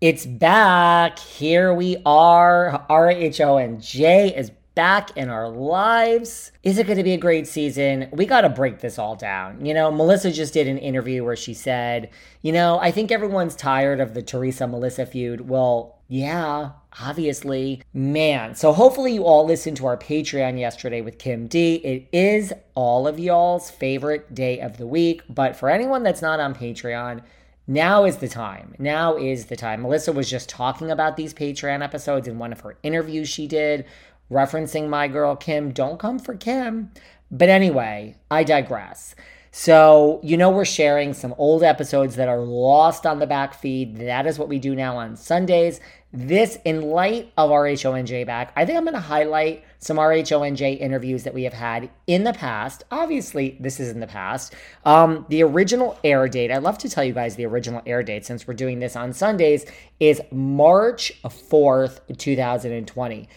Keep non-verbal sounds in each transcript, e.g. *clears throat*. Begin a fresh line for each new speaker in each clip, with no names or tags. It's back. Here we are. R H O N J is back in our lives. Is it going to be a great season? We got to break this all down. You know, Melissa just did an interview where she said, you know, I think everyone's tired of the Teresa Melissa feud. Well, yeah, obviously. Man, so hopefully you all listened to our Patreon yesterday with Kim D. It is all of y'all's favorite day of the week. But for anyone that's not on Patreon, now is the time. Now is the time. Melissa was just talking about these Patreon episodes in one of her interviews she did, referencing my girl Kim. Don't come for Kim. But anyway, I digress. So, you know, we're sharing some old episodes that are lost on the back feed. That is what we do now on Sundays. This, in light of RHONJ back, I think I'm going to highlight some RHONJ interviews that we have had in the past. Obviously, this is in the past. Um, the original air date, I love to tell you guys the original air date since we're doing this on Sundays, is March 4th, 2020.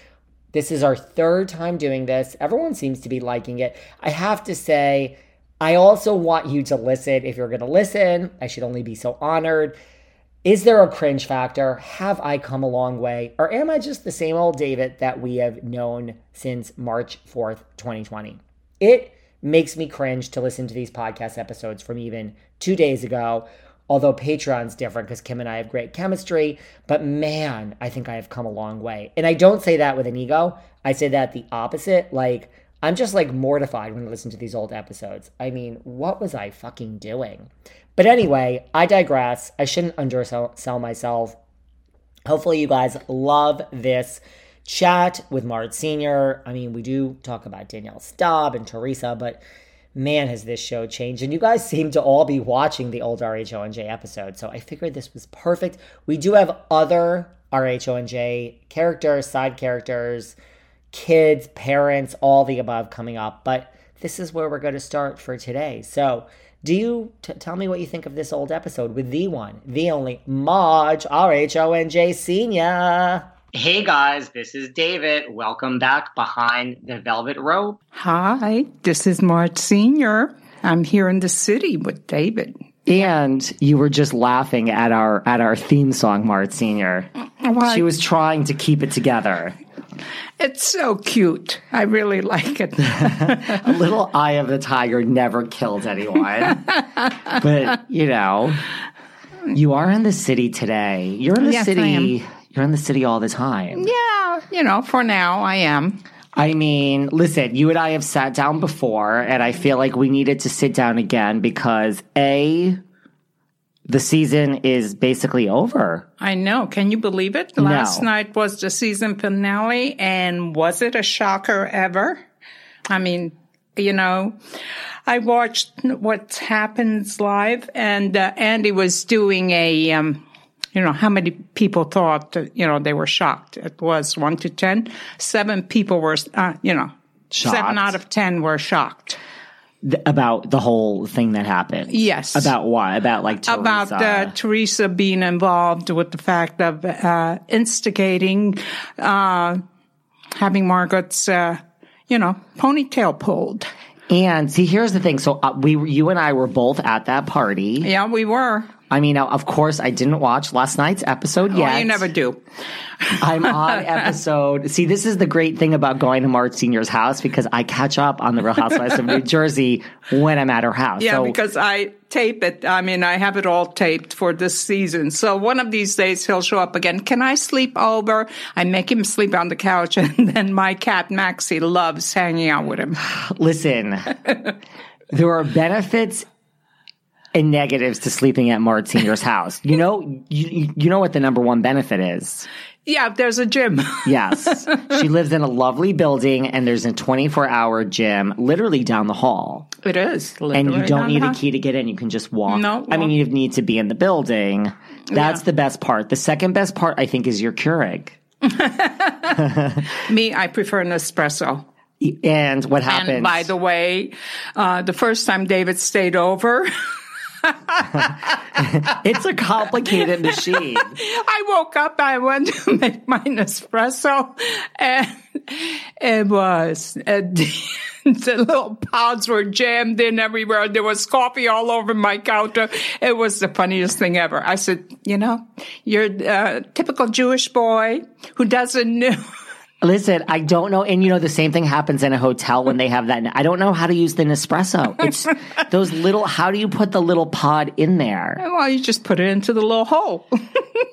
This is our third time doing this. Everyone seems to be liking it. I have to say, I also want you to listen. If you're going to listen, I should only be so honored. Is there a cringe factor? Have I come a long way? Or am I just the same old David that we have known since March 4th, 2020? It makes me cringe to listen to these podcast episodes from even two days ago, although Patreon's different because Kim and I have great chemistry. But man, I think I have come a long way. And I don't say that with an ego, I say that the opposite. Like, I'm just like mortified when I listen to these old episodes. I mean, what was I fucking doing? But anyway, I digress. I shouldn't undersell myself. Hopefully, you guys love this chat with Mart Sr. I mean, we do talk about Danielle Staub and Teresa, but man, has this show changed. And you guys *laughs* seem to all be watching the old RHONJ episode. So I figured this was perfect. We do have other RHONJ characters, side characters kids, parents, all the above coming up. But this is where we're going to start for today. So, do you t- tell me what you think of this old episode with the one, the only Marge R H O N J Senior? Hey guys, this is David. Welcome back behind the velvet rope.
Hi, this is Marge Sr. I'm here in the city with David.
And you were just laughing at our at our theme song, Marge Senior.
Why-
She was trying to keep it together.
It's so cute. I really like it.
A little eye of the tiger never killed anyone. but, you know, you are in the city today. You're in the
Yes, I
city. You're in the city all the time.
yeah, you know, for now I am.
I mean, listen, you and I have sat down before, and I feel like we needed to sit down again because A, the season is basically over.
I know. Can you believe it? Last night was the season finale, and was it a shocker ever? I mean, you know, I watched What Happens Live, and uh, Andy was doing a, um, you know, how many people thought, that, you know, they were shocked. It was one to ten. Seven people were, uh, you know,
Shocked?
seven out of ten were shocked.
Th- about the whole thing that happened.
Yes.
About what? About like Teresa.
about uh, Teresa being involved with the fact of uh, instigating, uh, having Margaret's, uh, you know, ponytail pulled.
and see, here's the thing. So uh, we, you and I were both at that party.
Yeah, we were.
I mean, now, of course, I didn't watch last night's episode yet.
Well, you never do.
I'm
*laughs*
on episode. See, this is the great thing about going to Marge Senior's house because I catch up on the Real Housewives
*laughs*
of New Jersey when I'm at her house.
Yeah,
so,
because I tape it. I mean, I have it all taped for this season. So one of these days he'll show up again. Can I sleep over? I make him sleep on the couch, *laughs* and then my cat Maxie loves hanging out with him. *laughs*
listen, there are benefits and negatives to sleeping at Marge Senior's house. You know, you, you know what the number one benefit is.
Yeah, there's a gym. *laughs*
Yes, she lives in a lovely building, and there's a 24 hour gym literally down the hall.
It *laughs* is,
and you
literally
don't
down
need
the
a
hall.
key to get in. You can just walk.
No,
I mean,
walk.
you need to be in the building. That's the best part. The second best part, I think, is your Keurig.
Me, I prefer an espresso.
And what happens?
And by the way, uh, the first time David stayed over, *laughs*
it's a complicated
*laughs*
machine.
I woke up, I went to *laughs* make my espresso, and it was, uh, *laughs* the little pods were jammed in everywhere. There was coffee all over my counter. It was the funniest thing ever. I said, you know, you're a typical Jewish boy who doesn't know. *laughs*
Listen, I don't know, and you know the same thing happens in a hotel when they have that. I don't know how to use the Nespresso.
*laughs*
It's those little. How do you put the little pod in there?
Well, you just put it into the little hole.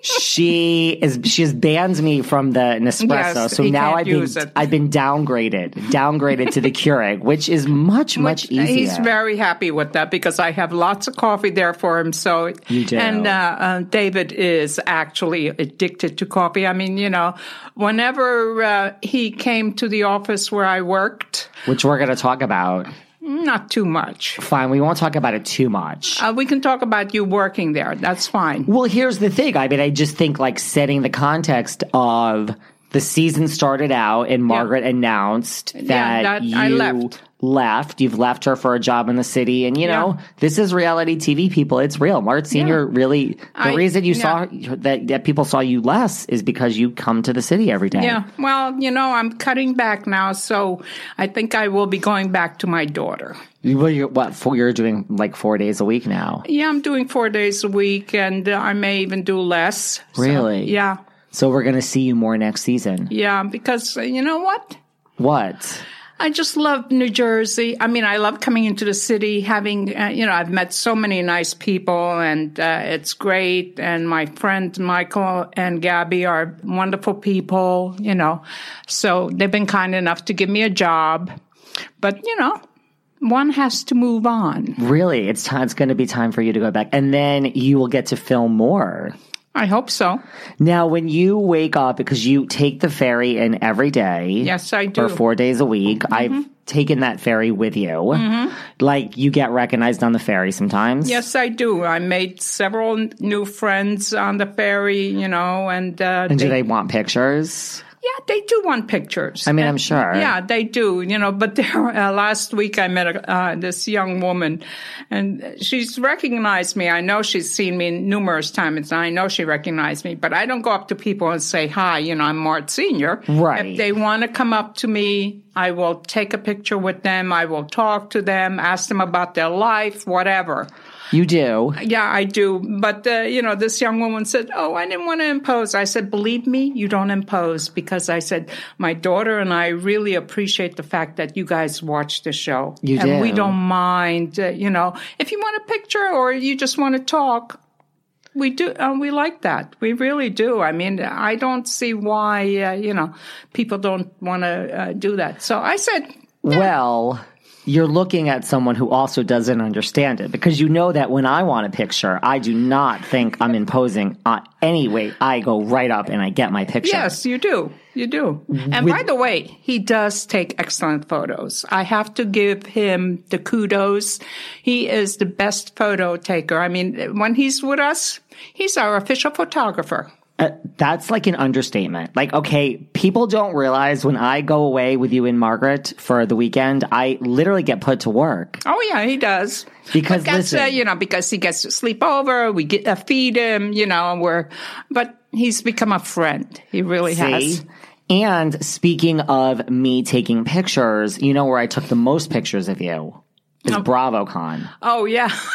she is she has banned me from the Nespresso.
Yes,
so
you
now
can't
I've been
use it.
I've been downgraded, downgraded to the Keurig, which is much much easier.
He's very happy with that because I have lots of coffee there for him. So,
You do.
and uh, uh, David is actually addicted to coffee. I mean, you know, whenever uh, he came to the office where I worked,
which we're going to talk about.
not too much.
Fine, we won't talk about it too much.
Uh, we can talk about you working there. That's fine.
well, here's the thing. I mean, I just think like setting the context of the season started out and Margaret announced that,
that-
you
I left.
left. You've left her for a job in the city. And you
Yeah.
know, this is reality TV people. It's real. Mart Senior really, the
I-
reason you
yeah.
saw her- that, that people saw you less is because you come to the city every day.
Yeah. Well, you know, I'm cutting back now, so I think I will be going back to my daughter.
You- Well, you're, what, four, you're doing like four days a week now.
Yeah, I'm doing four days a week, and uh, I may even do less. So,
Really?
yeah.
So we're going to see you more next season.
Yeah, because uh, you know what?
What?
I just love New Jersey. I mean, I love coming into the city, having, uh, you know, I've met so many nice people and uh, it's great. And my friend Michael and Gabby are wonderful people, you know. So they've been kind enough to give me a job. But, you know, one has to move on.
Really, it's time. It's going to be time for you to go back, and then you will get to film more.
I hope so.
Now, when you wake up, because you take the ferry in every day,
Yes, I do. Mm-hmm.
for four days a week, I've taken that ferry with you. Like you get recognized on the ferry sometimes.
Yes, I do. I made several n- new friends on the ferry, you know, and, uh,
And do they want pictures?
Yeah, they do want pictures.
I mean, I'm sure.
Yeah, they do. You know, but *laughs* there, uh, last week I met a, uh, this young woman, and she's recognized me. I know she's seen me numerous times, and I know she recognized me. But I don't go up to people and say hi. You know, I'm Mart Senior.
Right.
If they want to come up to me, I will take a picture with them. I will talk to them, ask them about their life, whatever.
You do.
Yeah, I do. But, uh, you know, this young woman said, Oh, I didn't want to impose. I said, Believe me, you don't impose because I said, My daughter and I really appreciate the fact that you guys watch the show.
You
and
do.
we don't mind, uh, you know, if you want a picture or you just want to talk. We do, uh, we like that. We really do. I mean, I don't see why, uh, you know, people don't want to uh, do that. So I said,
Well, you're looking at someone who also doesn't understand it because you know that when I want a picture, I do not think I'm imposing on any way. I go right up and I get my picture.
Yes, you do. You do. And by the way, he does take excellent photos. I have to give him the kudos. He is the best photo taker. I mean, when he's with us, he's our official photographer.
Uh, that's like an understatement. Like, okay, people don't realize when I go away with you and Margaret for the weekend, I literally get put to work.
Oh yeah, he does.
Because
But that's uh,
listen-
you know because he gets to sleep over. We get uh, feed him. You know, and we're but he's become a friend. He really has.
See? And speaking of me taking pictures, you know where I took the most pictures of you? Is BravoCon.
Oh yeah. *laughs*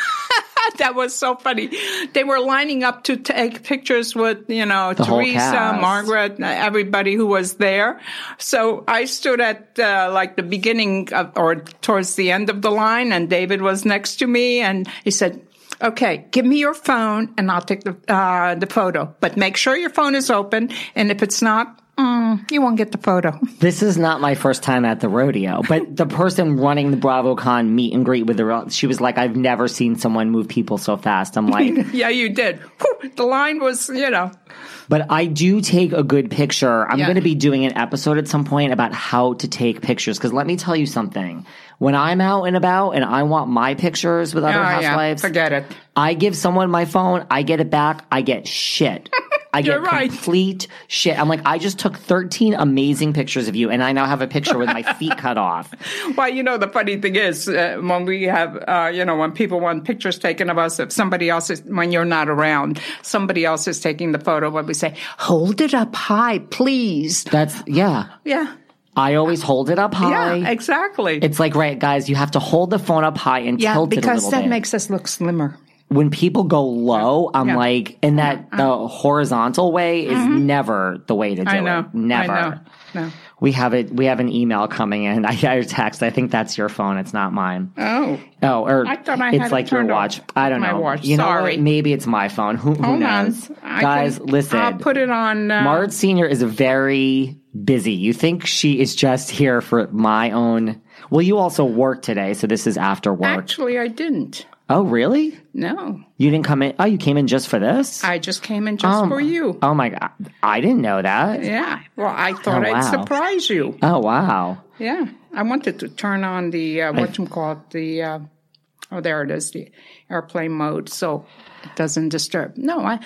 That was so funny. They were lining up to take pictures with, you know,
whole
Teresa,
cast.
Margaret, everybody who was there. So I stood at uh, like the beginning of, or towards the end of the line and David was next to me and he said, Okay, give me your phone and I'll take the, uh, the photo, but make sure your phone is open. And if it's not, mm, you won't get the
*laughs*
photo. *laughs*
This is not my first time at the rodeo, but the person running the BravoCon meet and greet with the, ro- she was like, I've never seen someone move people so fast. I'm like,
yeah, you did. Whew, the line was, you know,
But I do take a good picture. I'm
Yeah.
going to be doing an episode at some point about how to take pictures. Because let me tell you something. When I'm out and about and I want my pictures with other
oh, yeah,
housewives,
forget it.
I give someone my phone, I get it back, I get
*laughs*
shit. I
You're
get
right.
complete shit. I'm like, I just took 13 amazing pictures of you, and I now have a picture with my feet cut off.
Well, you know, the funny thing is, uh, when we have, uh, you know, when people want pictures taken of us, if somebody else is, when you're not around, somebody else is taking the photo, when we say, hold it up high, please.
That's, yeah.
Yeah.
I always hold it up
Yeah,
high.
exactly.
it's like, right, guys, you have to hold the phone up high and
yeah,
tilt it a
because
little
that
bit.
makes us look slimmer.
when people go low, I'm
Yeah. Mm-hmm.
like, and that the horizontal way is never the way to do
I know.
it. Never.
I know. No.
We have it. We have an email coming in. *laughs* I got your text. I think that's your phone. It's not mine.
Oh.
Oh, or
I thought I
it's
had it
like your
turned off.
watch. I don't
My
know.
watch.
You know what?
Sorry.
Maybe it's my phone. Who, who
Hold on.
knows?
I
Guys,
can-
listen.
I'll put it on. Uh,
Mart Senior is very busy. You think she is just here for my own? Well, you also work today, so this is after work.
Actually, I didn't.
oh, really?
No.
You didn't come in? Oh, you came in just for this?
I just came in just
Um,
for you.
Oh my god, I didn't know that.
Yeah. Well, I thought
Oh,
I'd
wow.
surprise you.
Oh wow.
Yeah, I wanted to turn on the uh, what call it the uh, oh there it is the airplane mode so it doesn't disturb. No, I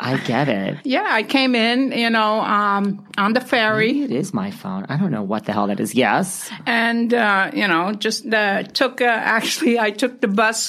I get it.
yeah I came in you know um, on the ferry
It is my phone. I don't know what the hell that is. Yes.
and uh, you know just uh, took uh, actually I took the bus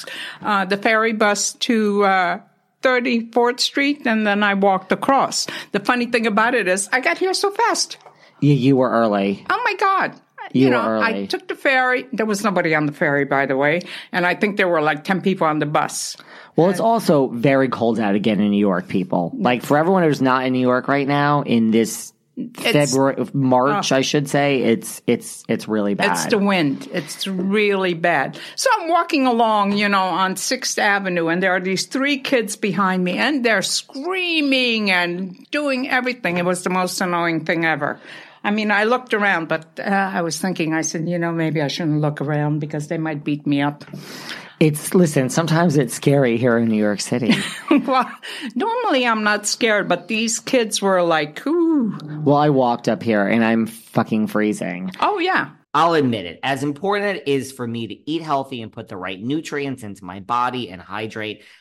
uh, the ferry bus to. Uh, 34th Street, and then I walked across. The funny thing about it is, I got here so fast.
You, you were early.
Oh my God. You,
You
know,
were early.
I took the ferry. There was nobody on the ferry, by the way. And I think there were like 10 people on the bus.
Well, it's also very cold out again in New York, people. Like for everyone who's not in New York right now, in this February, March, I should say, it's it's it's really bad.
It's the wind. It's really bad. So I'm walking along, you know, on 6th Avenue, and there are these three kids behind me, and they're screaming and doing everything. It was the most annoying thing ever. I mean, I looked around, but uh, I was thinking, I said, you know, maybe I shouldn't look around because they might beat me up. *laughs*
it's listen. Sometimes it's scary here in New York City.
well, normally I'm not scared, but these kids were like, ooh.
well, I walked up here and I'm fucking freezing.
Oh, yeah.
I'll admit it, as important it is for me to eat healthy and put the right nutrients into my body and hydrate,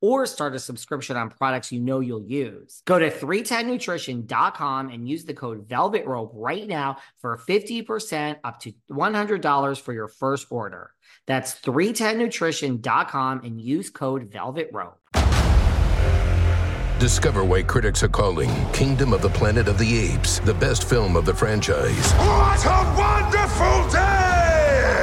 or start a subscription on products you know you'll use. Go to 310nutrition.com and use the code Velvet Rope right now for 50% up to $100 for your first order. That's 310nutrition.com and use code Velvet Rope.
Discover why critics are calling Kingdom of the Planet of the Apes the best film of the franchise.
What a wonderful day!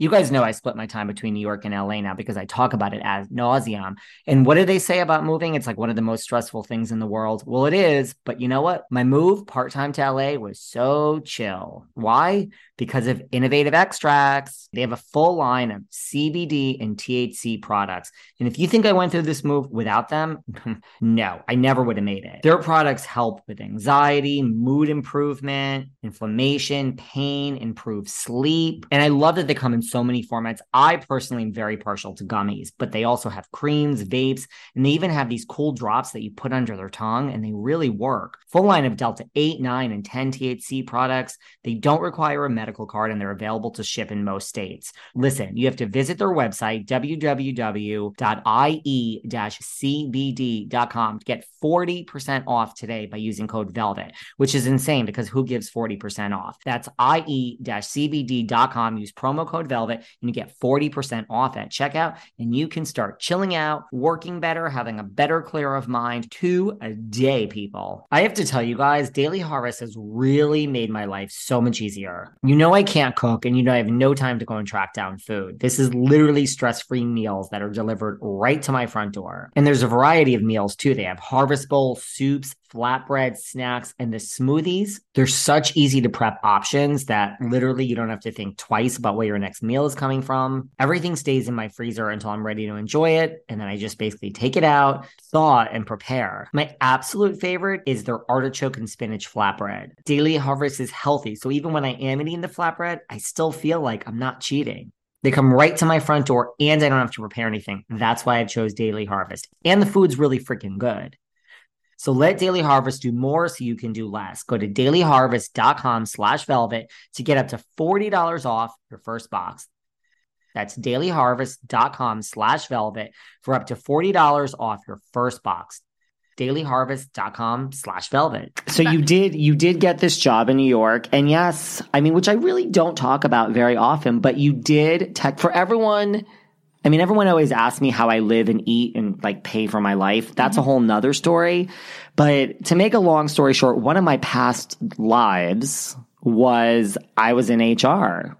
You guys know I split my time between New York and LA now because I talk about it as nauseum. And what do they say about moving? It's like one of the most stressful things in the world. Well, it is, but you know what? My move part time to LA was so chill. Why? Because of innovative extracts. They have a full line of CBD and THC products. And if you think I went through this move without them, *laughs* no, I never would have made it. Their products help with anxiety, mood improvement, inflammation, pain, improve sleep. And I love that they come in so many formats. I personally am very partial to gummies, but they also have creams, vapes, and they even have these cool drops that you put under their tongue and they really work. Full line of Delta 8, 9, and 10 THC products. They don't require a medical card and they're available to ship in most states. Listen, you have to visit their website, E www.ie-cbd.com, to get 40% off today by using code VELVET, which is insane because who gives 40% off? That's E ie-cbd.com. Use promo code VELVET and you get 40% off at checkout. And you can start chilling out, working better, having a better clear of mind today, people. I have to tell you guys, Daily Harvest has really made my life so much easier. You know, I can't cook and you know, I have no time to go and track down food. This is literally stress free meals that are delivered right to my front door. And there's a variety of meals too. They have harvest bowl, soups, flatbread, snacks, and the smoothies. They're such easy to prep options that literally you don't have to think twice about where your next meal is coming from. Everything stays in my freezer until I'm ready to enjoy it. And then I just basically take it out, thaw, and prepare. My absolute favorite is their artichoke and spinach flatbread. Daily Harvest is healthy. So even when I am eating the flatbread, I still feel like I'm not cheating. They come right to my front door and I don't have to prepare anything. That's why I chose Daily Harvest. And the food's really freaking good. So let Daily Harvest do more so you can do less. Go to dailyharvest.com slash velvet to get up to $40 off your first box. That's dailyharvest.com slash velvet for up to $40 off your first box. dailyharvest.com slash velvet.
So you did you did get this job in New York, and yes, I mean, which I really don't talk about very often, but you did tech for everyone. I mean, everyone always asks me how I live and eat and like pay for my life. That's a whole nother story. But to make a long story short, one of my past lives was I was in HR.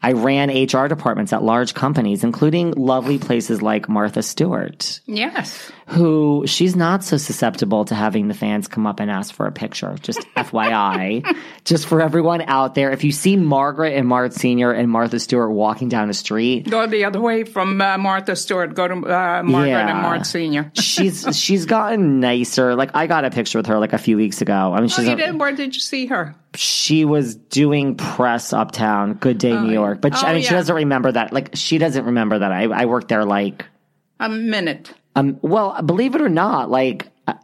I ran HR departments at large companies, including lovely places like Martha Stewart,
Yes.
who she's not so susceptible to having the fans come up and ask for a picture.
*laughs*
Just FYI, just for everyone out there, if you see Margaret and Mart Sr. and Martha Stewart walking down the street,
Go the other way from uh, Martha Stewart. Go to uh, Margaret and
Yeah.
Mart Senior. *laughs*
she's she's gotten nicer. Like I got a picture with her like a few weeks ago. I mean,
Oh,
she's
you
a,
did. Where did you see her?
she was doing press uptown, Good Day New York, but she,
Oh,
I mean, she
yeah.
doesn't remember that. Like she doesn't remember that I I worked there like
A minute.
um well believe it or not like uh,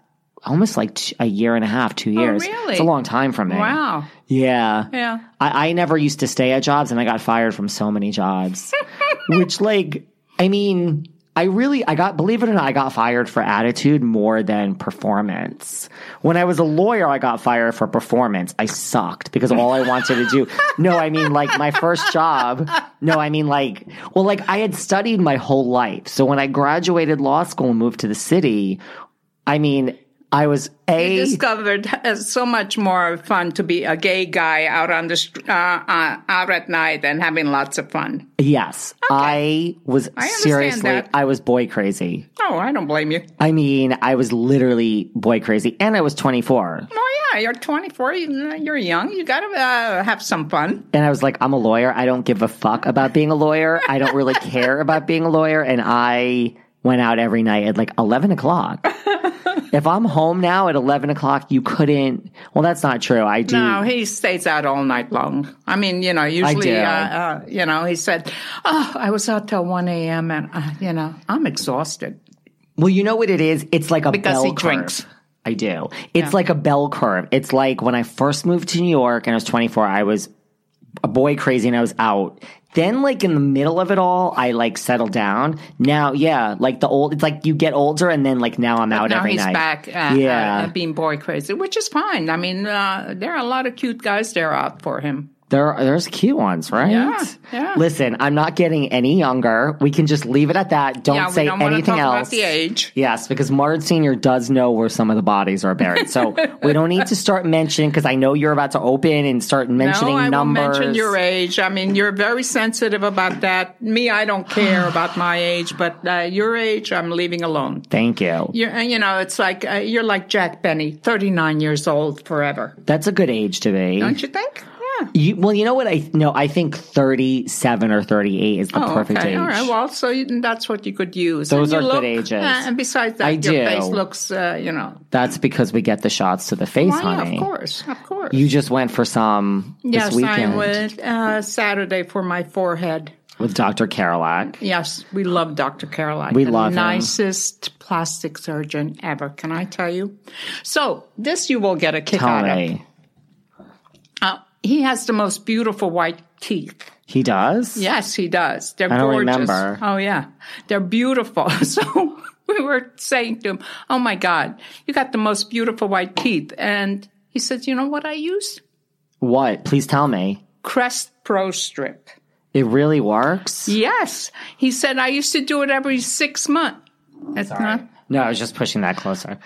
almost like t- a year and a half, two years.
Oh, really?
It's a long time for me.
Wow.
Yeah.
Yeah.
I, I never used to stay at jobs and I got fired from so many jobs.
*laughs*
Which like I mean, I really I got believe it or not, I got fired for attitude more than performance. When I was a lawyer, I got fired for performance. I sucked because all I wanted to
*laughs*
do No, I mean like my first job. No, I mean like well, like I had studied my whole life. So when I graduated law school and moved to the city, I mean I was a
You discovered uh, so much more fun to be a gay guy out on the str- uh, uh, out at night and having lots of fun.
Yes, I was
understand
seriously,
that.
I was boy crazy.
Oh, I don't blame you.
I mean, I was literally boy crazy, and I was 24.
Oh yeah, you're 24. you- You're young. You gotta uh, have some fun.
And I was like, I'm a lawyer. I don't give a fuck about being a lawyer. I don't
*laughs*
really
*laughs*
care about being a lawyer. And I went out every night at like 11 o'clock.
If I'm home now at 11 o'clock, you couldn't. Well, that's not true. I do.
No, he stays out all night long. I mean, you know,
do.
usually, uh, uh, you know, he said, "Oh, I was out till one a.m. and uh, you know, I'm exhausted."
Well, you know what it is? It's like a
Because
bell
he
curve.
drinks.
I do. It's like a bell curve. It's like when I first moved to New York and I was 24, I was a boy crazy and I was out. Then like in the middle of it all, I like settled down. Now, yeah, like the old it's like you get older and then like now I'm out
now
every
he's
night.
back, uh,
Yeah.
uh, being boy crazy, which is fine. I mean, uh, there are a lot of cute guys there out for him.
There are, there's cute ones, right?
Yeah, yeah.
Listen, I'm not getting any younger. We can just leave it at that. Don't
yeah,
say
we don't wanna
anything
talk
else.
about the age.
Yes, because Martin Sr. does know where some of the bodies are buried. So we don't need to start mentioning, because I know you're about to open and start mentioning
no, I
numbers.
won't mention your age. I mean, you're very sensitive about that. Me, I don't
*sighs*
care about my age, but uh, your age, I'm leaving alone.
Thank you.
You're, and, you know, it's like uh, you're like Jack Benny, 39 years old forever.
That's a good age to be.
Don't you think? Yeah.
You- well, you know what? I no, I think 37 or 38 is the perfect
Oh, okay.
age.
All right. Well, so you, that's what you could use.
Those
And
are
you
good
look,
ages.
uh, and besides that,
I
your
do.
face looks, uh, you know.
That's because we get the shots to the face,
Why?
honey.
Of course. Of course.
You just went for some
yes,
this weekend
I went uh, Saturday for my forehead.
with Dr. Carolac.
Yes, we love Dr. Caroline.
We
the
love him.
nicest plastic surgeon ever. Can I tell you? So this you will get a kick out of.
Tony.
Uh, he has the most beautiful white teeth.
He does?
Yes, he does. They're
I don't
gorgeous.
remember.
Oh yeah, they're beautiful. *laughs* So we were saying to him, "Oh my God, you got the most beautiful white teeth." And he said, "You know what I use?
What? Please tell me.
Crest Pro Strip."
It really works?
Yes, he said I used to do it every six months. That's not.
No, I was just pushing that closer.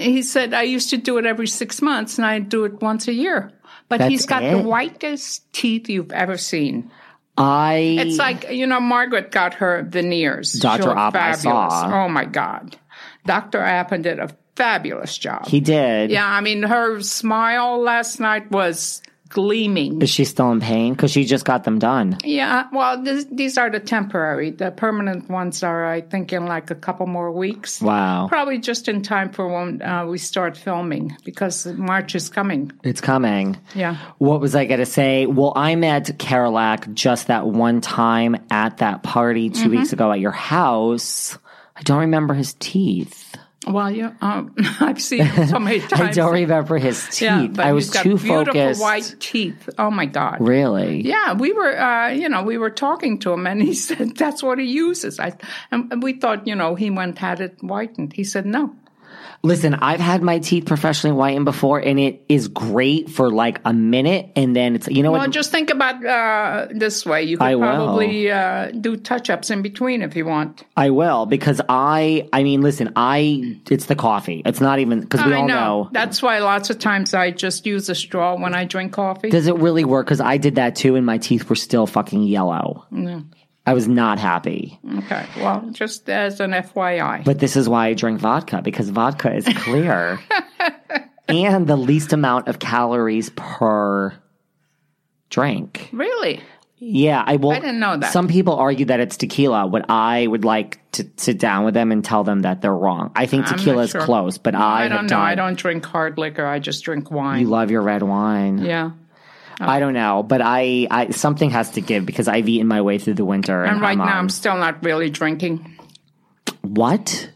He said I used to do it every six months, and I do it once a year. But
That's
he's got
it?
the whitest teeth you've ever seen.
I
It's like, you know, Margaret got her veneers.
Dr.
She looked
App, I
fabulous.
saw.
Oh my God. Dr. Appen did a fabulous job.
he did.
yeah, I mean, her smile last night was gleaming.
Is she still in pain? Because she just got them done.
Yeah, well, this, these are the temporary. The permanent ones are, I think, in like a couple more weeks.
Wow.
Probably just in time for when uh, we start filming because March is coming.
It's coming.
Yeah.
What was I going to say? Well, I met Carolac just that one time at that party 2
Mm-hmm.
weeks ago at your house. I don't remember his teeth.
Well, you, um, *laughs* I've seen it so many times.
*laughs* I don't remember his teeth.
Yeah, but
I was
he's got
too
beautiful
focused.
white teeth. Oh my God.
Really?
Yeah, we were, uh, you know, we were talking to him, and he *laughs* said that's what he uses. I and and we thought, you know, he went had it whitened. He said no.
Listen, I've had my teeth professionally whitened before, and it is great for like a minute, and then it's you know
Well,
what?
just think about uh, this way. You could
I will.
probably uh, do touch ups in between if you want.
I will because I, I mean, listen, I it's the coffee. It's not even because we
I
all
know.
know.
That's why lots of times I just use a straw when I drink coffee.
Does it really work? Because I did that too, and my teeth were still fucking yellow.
Mm.
I was not happy.
okay. Well, just as an FYI.
But this is why I drink vodka because vodka is clear
*laughs*
and the least amount of calories per drink.
really?
Yeah, I will.
I didn't know that.
Some people argue that it's tequila. What I would like to sit down with them and tell them that they're wrong. I think
I'm not
tequila is
sure.
close, but I,
I,
have
don't know.
done-
I don't drink hard liquor. I just drink wine.
You love your red wine.
yeah.
I don't know, but I, I something has to give because I've eaten my way through the winter. And,
And right
I'm
now,
on-
I'm still not really drinking.
what?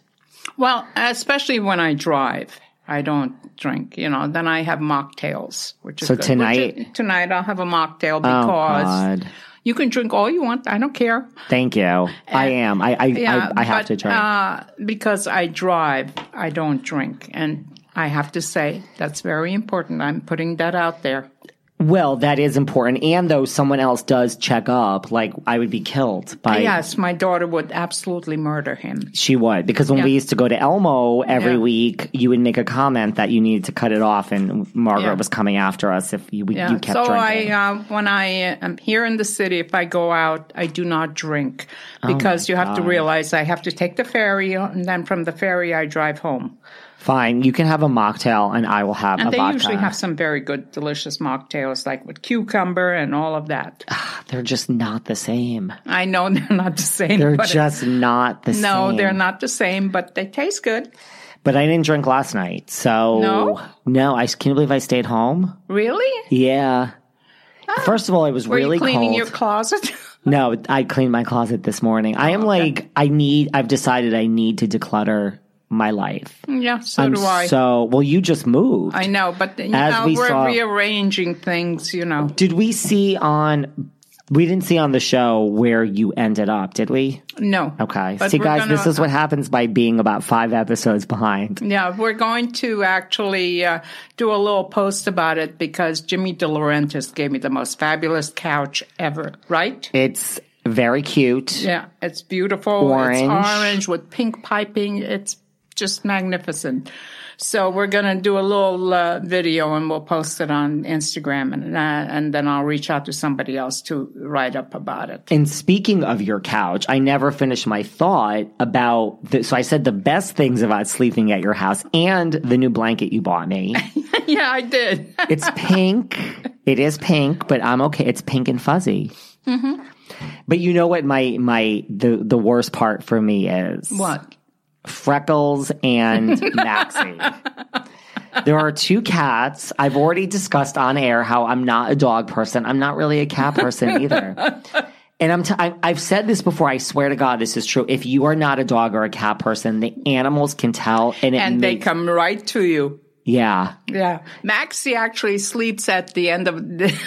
Well, especially when I drive, I don't drink. You know, then I have mocktails, which is
So
good. Which
tonight-
is- tonight I'll have a mocktail
Oh
because
God!
you can drink all you want. I don't care.
Thank you. I am. I I,
Yeah,
I, I have
but,
to drink.
Uh, because I drive, I don't drink, and I have to say that's very important. I'm putting that out there.
Well, that is important. And though someone else does check up, like I would be killed by
Uh, yes, my daughter would absolutely murder him.
she would. Because when we used to go to Elmo every
Yeah.
week, you would make a comment that you needed to cut it off and Margaret
Yeah.
was coming after us if you, we,
Yeah.
you kept
so
drinking.
I, uh, when I am here in the city, if I go out, I do not drink
Oh
because you have to realize I have to take the ferry, and then from the ferry I drive home.
Fine, you can have a mocktail and I will have
And
a
they
vodka.
usually have some very good, delicious mocktails, like with cucumber and all
*laughs*
of that.
They're just not the same.
I know they're not the
*laughs*
same.
They're
but
just not the same.
no, they're not the same, but they taste good.
But I didn't drink last night. So,
No?
no I can't believe I stayed home.
Really?
Yeah. First of all, it was
Ah. Were
really
you cleaning
cold.
your closet? *laughs*
No, I cleaned my closet this morning. I am like, I need, I've decided I need to declutter my life.
yeah, so
I'm
do I.
So, well, you just moved.
I know, but you
As
know,
we
we're
saw-
rearranging things, you know.
Did we see on, we didn't see on the show where you ended up, did we?
No.
Okay.
But
see,
we're
guys,
gonna- Mm.
this is what happens by being about five episodes behind.
Yeah, we're going to actually uh, do a little post about it because Jimmy De Laurentiis gave me the most fabulous couch ever, right?
It's very cute.
Yeah, it's beautiful. It's
Orange.
orange with pink piping. It's just magnificent. So we're going to do a little uh, video and we'll post it on Instagram and uh, and then I'll reach out to somebody else to write up about it. *laughs*
And speaking of your couch, I never finished my thought about the, so I said the best things about sleeping at your house and the new blanket you bought me.
yeah, I did.
It's pink. it is pink, but I'm okay. It's pink and fuzzy. But you know what my my the the worst part for me is
what?
freckles
*laughs*
and Maxie. there are two cats. I've already discussed on air how I'm not a dog person. I'm not really a cat person either. And I'm t- I, I've said this before. I swear to God, this is true. If you are not a dog or a cat person, the animals can tell, and it
And they
makes,
come right to you.
yeah.
Yeah. Maxie actually sleeps at the end of the *laughs*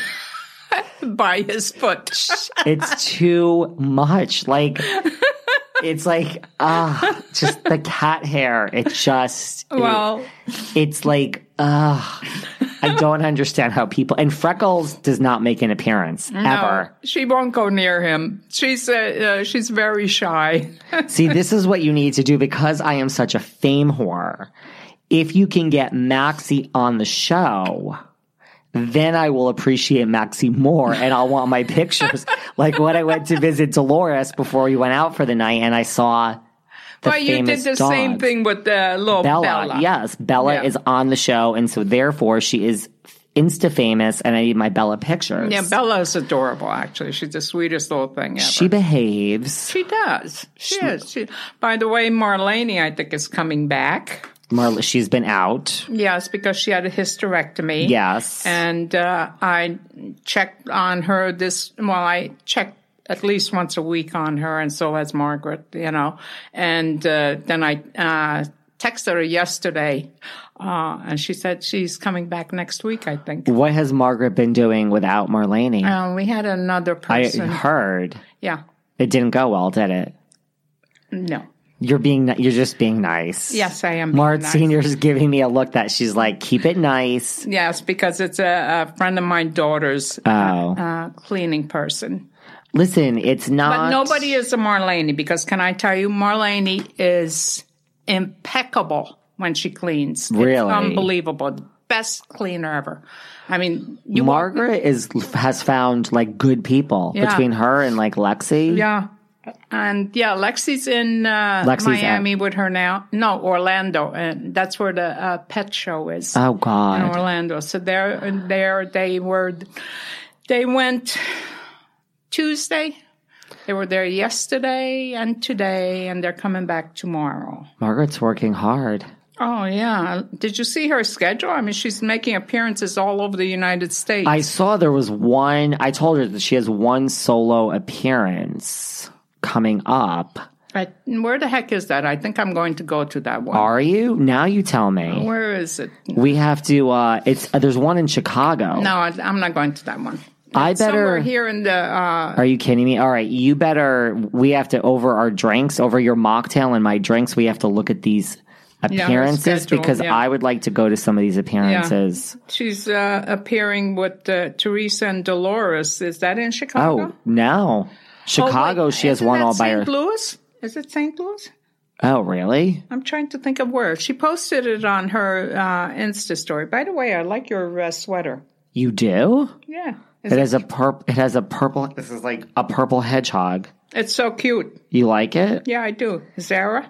by his foot. *laughs*
it's too much. Like it's like ah, just the cat hair. It just it-
Well,
it's like ah. I don't *laughs* understand how people and Freckles does not make an appearance ever.
she won't go near him. She's uh, uh, she's very shy.
See, this is what you need to do because I am such a fame whore. If you can get Maxie on the show, then I will appreciate Maxie more and I'll want my
*laughs*
pictures. like when I went to visit Dolores before we went out for the night and I saw the
But you did
famous
the same
dogs.
thing with uh, little
Bella,
Bella.
Yes, Bella
Yeah.
is on the show and so therefore she is insta famous and I need my Bella pictures.
Yeah, Bella is adorable. Actually, she's the sweetest little thing ever.
she behaves.
She does. She, is. She, by the way, Marlene, I think, is coming back.
Marla, she's been out.
Yes, because she had a hysterectomy.
Yes.
And uh, I checked on her this, well, I checked at least once a week on her, and so has Margaret, you know. And uh, then I uh, texted her yesterday, uh, and she said she's coming back next week, I think.
what has Margaret been doing without Marlene?
Uh, we had another
I
person.
heard
yeah.
it didn't go well, did it?
No.
You're being ni- you're just being nice.
Yes, I am. being
Mart
nice.
Senior is giving me a look that she's like, keep it nice.
Yes, because it's a, a friend of my daughter's uh,
Oh,
uh, cleaning person.
listen, it's not.
But nobody is a Marlene because can I tell you, Marlene is impeccable when she cleans.
Really?
It's unbelievable. The best cleaner ever. I mean, you
Margaret is has found like good people
Yeah.
between her and like Lexi.
yeah. And yeah, Lexi's in uh,
Lexi's out.
Miami with her now. No, Orlando, and that's where the uh, pet show is.
Oh
in
God,
Orlando. So there, there they were. They went Tuesday. They were there yesterday and today, and they're coming back tomorrow.
Margaret's working hard.
Oh yeah! Did you see her schedule? I mean, she's making appearances all over the United States.
I saw there was one. I told her that she has one solo appearance coming up.
I- where the heck is that? I think I'm going to go to that one.
Are you now? You tell me.
where is it?
We have to. uh It's uh, there's one in Chicago.
No, I, I'm not going to that one.
I better.
Somewhere here in the. Uh,
Are you kidding me? All right, you better. We have to over our drinks, over your mocktail and my drinks. We have to look at these appearances
schedule,
because
yeah.
I would like to go to some of these appearances.
she's uh, appearing with uh, Teresa and Dolores. Is that in Chicago?
Oh no, Chicago.
Oh, wait,
she has
isn't
one
that
all by her.
St. Louis? Is it St. Louis?
Oh really?
I'm trying to think of where. She posted it on her uh, Insta story. By the way, I like your uh, sweater.
You do?
Yeah. Is
It
it-
has a purple. It has a purple. This is like a purple hedgehog.
it's so cute.
You like it?
Yeah, I do. Zara?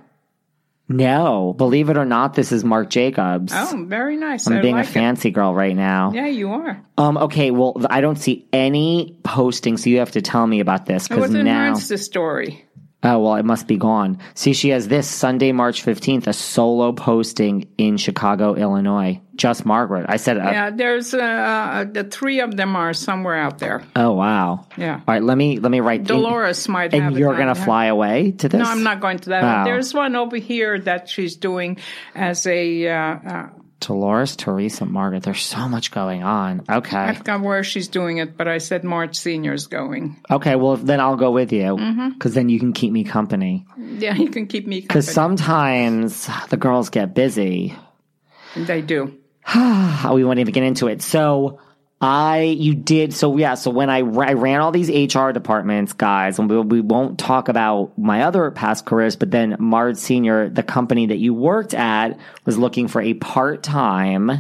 No, believe it or not, this is Marc Jacobs.
Oh, very nice.
I'm
I
being
like
a
it.
fancy girl right now.
Yeah, you are.
Um, okay, well, th- I don't see any postings, so you have to tell me about this
It
because
was in
now.
her Insta story.
Oh, well, it must be gone. See, she has this Sunday, March 15th, a solo posting in Chicago, Illinois. Just Margaret. I said, uh,
Yeah, there's uh, the three of them are somewhere out there.
oh, wow.
Yeah.
All right, let me, let me write. and-
Dolores might
And
have it
you're
down
going to
there.
fly away to this?
No, I'm not going to that. one.
Oh.
There's one over here that she's doing as a. Uh, uh,
Dolores, Teresa, Margaret. There's so much going on.
I
Okay.
forgot where she's doing it, but I said March Senior's going.
Okay. Well, then I'll go with you because
Mm-hmm.
then you can keep me company.
Yeah, you can keep me company.
Because sometimes the girls get busy.
they do.
Ah, we won't even get into it. So I, you did. So yeah. So when I, ra- I ran all these HR departments, guys, and we, we won't talk about my other past careers, but then Mard Senior, the company that you worked at, was looking for a part time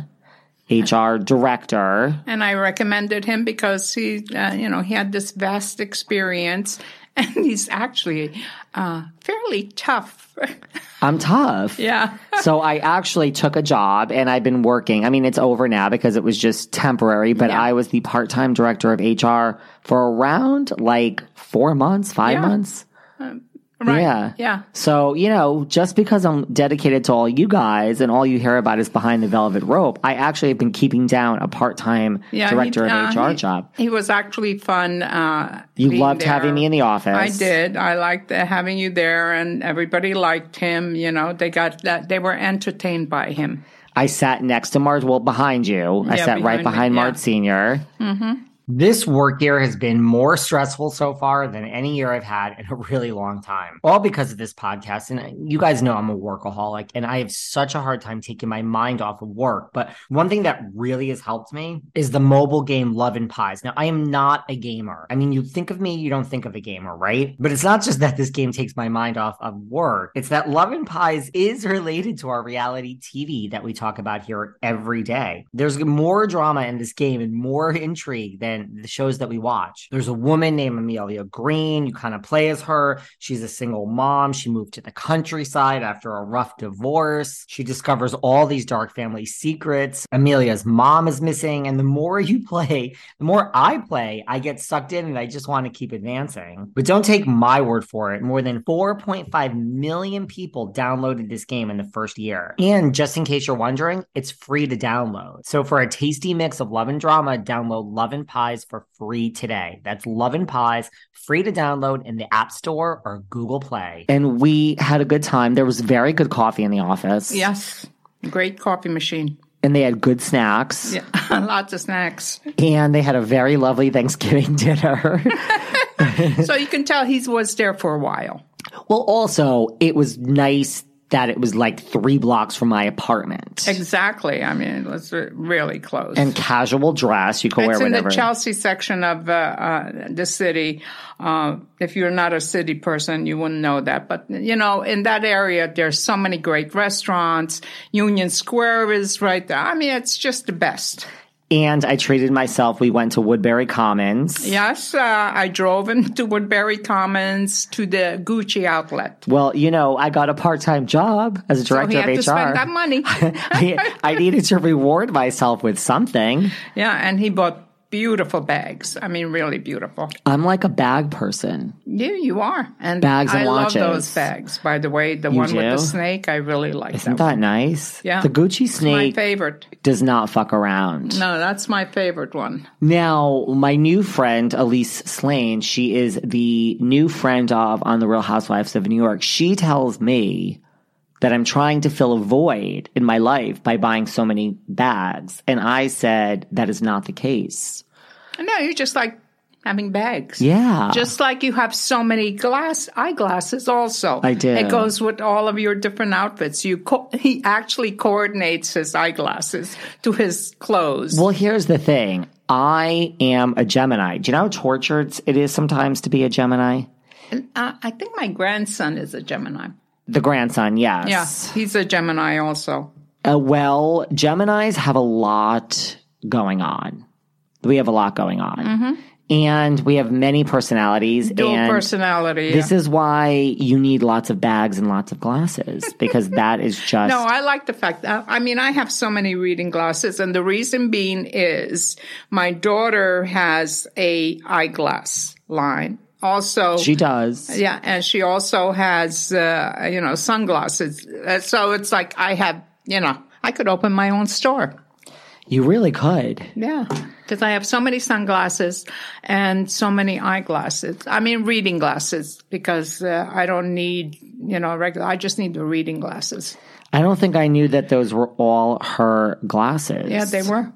HR director.
And I recommended him because he, uh, you know, he had this vast experience, *laughs* and he's actually uh, fairly tough. *laughs*
I'm tough.
yeah.
so I actually took a job and I've been working. I mean, it's over now because it was just temporary, but I was the part time director of HR for around like four months, five months.
Uh, Right.
Yeah.
Yeah.
So, you know, just because I'm dedicated to all you guys and all you hear about is behind the velvet rope, I actually have been keeping down a part time
Yeah,
director
he- uh,
of HR
he-
job.
He was actually fun. Uh,
You
being
loved having
there.
me in the office.
I did. I liked uh, having you there, and everybody liked him. You know, they got that. They were entertained by him.
I sat next to Mart, well, behind you. I
Yeah,
sat right
behind me,
behind
yeah.
Mart Senior. This work year has been more stressful so far than any year I've had in a really long time. All because of this podcast. And you guys know I'm a workaholic and I have such a hard time taking my mind off of work. But one thing that really has helped me is the mobile game Love and Pies. Now, I am not a gamer. I mean, you think of me, you don't think of a gamer, right? But it's not just that this game takes my mind off of work, it's that Love and Pies is related to our reality TV that we talk about here every day. There's more drama in this game and more intrigue than the shows that we watch. There's a woman named Amelia Green. You kind of play as her. She's a single mom. She moved to the countryside after a rough divorce. She discovers all these dark family secrets. Amelia's mom is missing. And the more you *laughs* play, the more I play, I get sucked in and I just want to keep advancing. But don't take my word for it. More than 4.5 million people downloaded this game in the first year. And just in case you're wondering, it's free to download. So for a tasty mix of love and drama, download Love and Pies for free today. That's Love and Pies, free to download in the App Store or Google Play. And we had a good time. There was very good coffee in the office.
Yes, great coffee machine. *laughs*
And they had good snacks.
Yeah, lots of snacks.
And they had a very lovely Thanksgiving *laughs* dinner.
so you can tell he was there for a while.
Well, also, it was nice that it was like three blocks from my apartment.
Exactly. I mean, it was re- really close.
And casual dress, you could
it's
wear
in
whatever.
the Chelsea section of uh, uh, the city. Uh, if you're not a city person, you wouldn't know that. But you know, in that area, there's so many great restaurants. Union Square is right there. I mean, it's just the best.
and I treated myself. We went to Woodbury Commons.
Yes, uh, I drove *laughs* into Woodbury Commons to the Gucci outlet.
Well, you know, I got a part-time job as a
So he
director
had to
of HR.
spend that money.
*laughs* I, I needed to reward myself with something.
yeah, and he bought beautiful bags. I mean, really beautiful.
I'm like a bag person.
Yeah, you are. And
Bags and
I
watches.
love those bags. By the way, the one with the
do?
snake, I really like
Isn't
that. one.
that nice?
Yeah.
The Gucci
My
snake
favorite.
does not fuck around.
No, that's my favorite one.
Now, my new friend, Elise Slane, she is the new friend of on The Real Housewives of New York. She tells me that I'm trying to fill a void in my life by buying so many bags. And I said, that is not the case.
No, you just like having bags.
Yeah.
Just like you have so many glass eyeglasses, also.
I do.
It goes with all of your different outfits. You co- he actually coordinates his eyeglasses to his clothes.
well, here's the thing. I am a Gemini. Do you know how tortured it is sometimes to be a Gemini?
uh, I think my grandson is a Gemini.
The grandson, yes.
Yeah, he's a Gemini also.
Uh, well, Geminis have a lot going on. We have a lot going on. And we have many personalities.
Mm-hmm. Dual
and
personality.
This is why you need lots of bags and lots of glasses because that is just.
*laughs* No, I like the fact that, I mean, I have so many reading glasses, and the reason being is my daughter has a eyeglass line. also
She does.
yeah, and she also has uh, you know sunglasses. Uh, So it's like I have you know I could open my own store.
You really could.
Yeah, because I have so many sunglasses and so many eyeglasses. I mean reading glasses because uh, I don't need you know regular. I just need the reading glasses.
I don't think I knew that those were all her glasses.
Yeah, they were.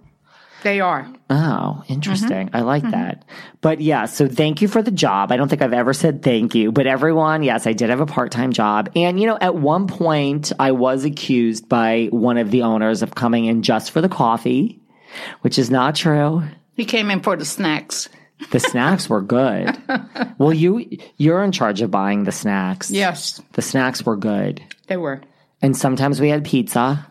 They are.
Oh, interesting. I like that. But yeah, so thank you for the job. I don't think I've ever said thank you, but everyone, yes, I did have a part time job. And, you know, at one point, I was accused by one of the owners of coming in just for the coffee, which is not true.
He came in for the snacks.
The snacks were good. Well, you you're in charge of buying the snacks.
Yes,
The snacks were good.
they were.
And sometimes we had pizza.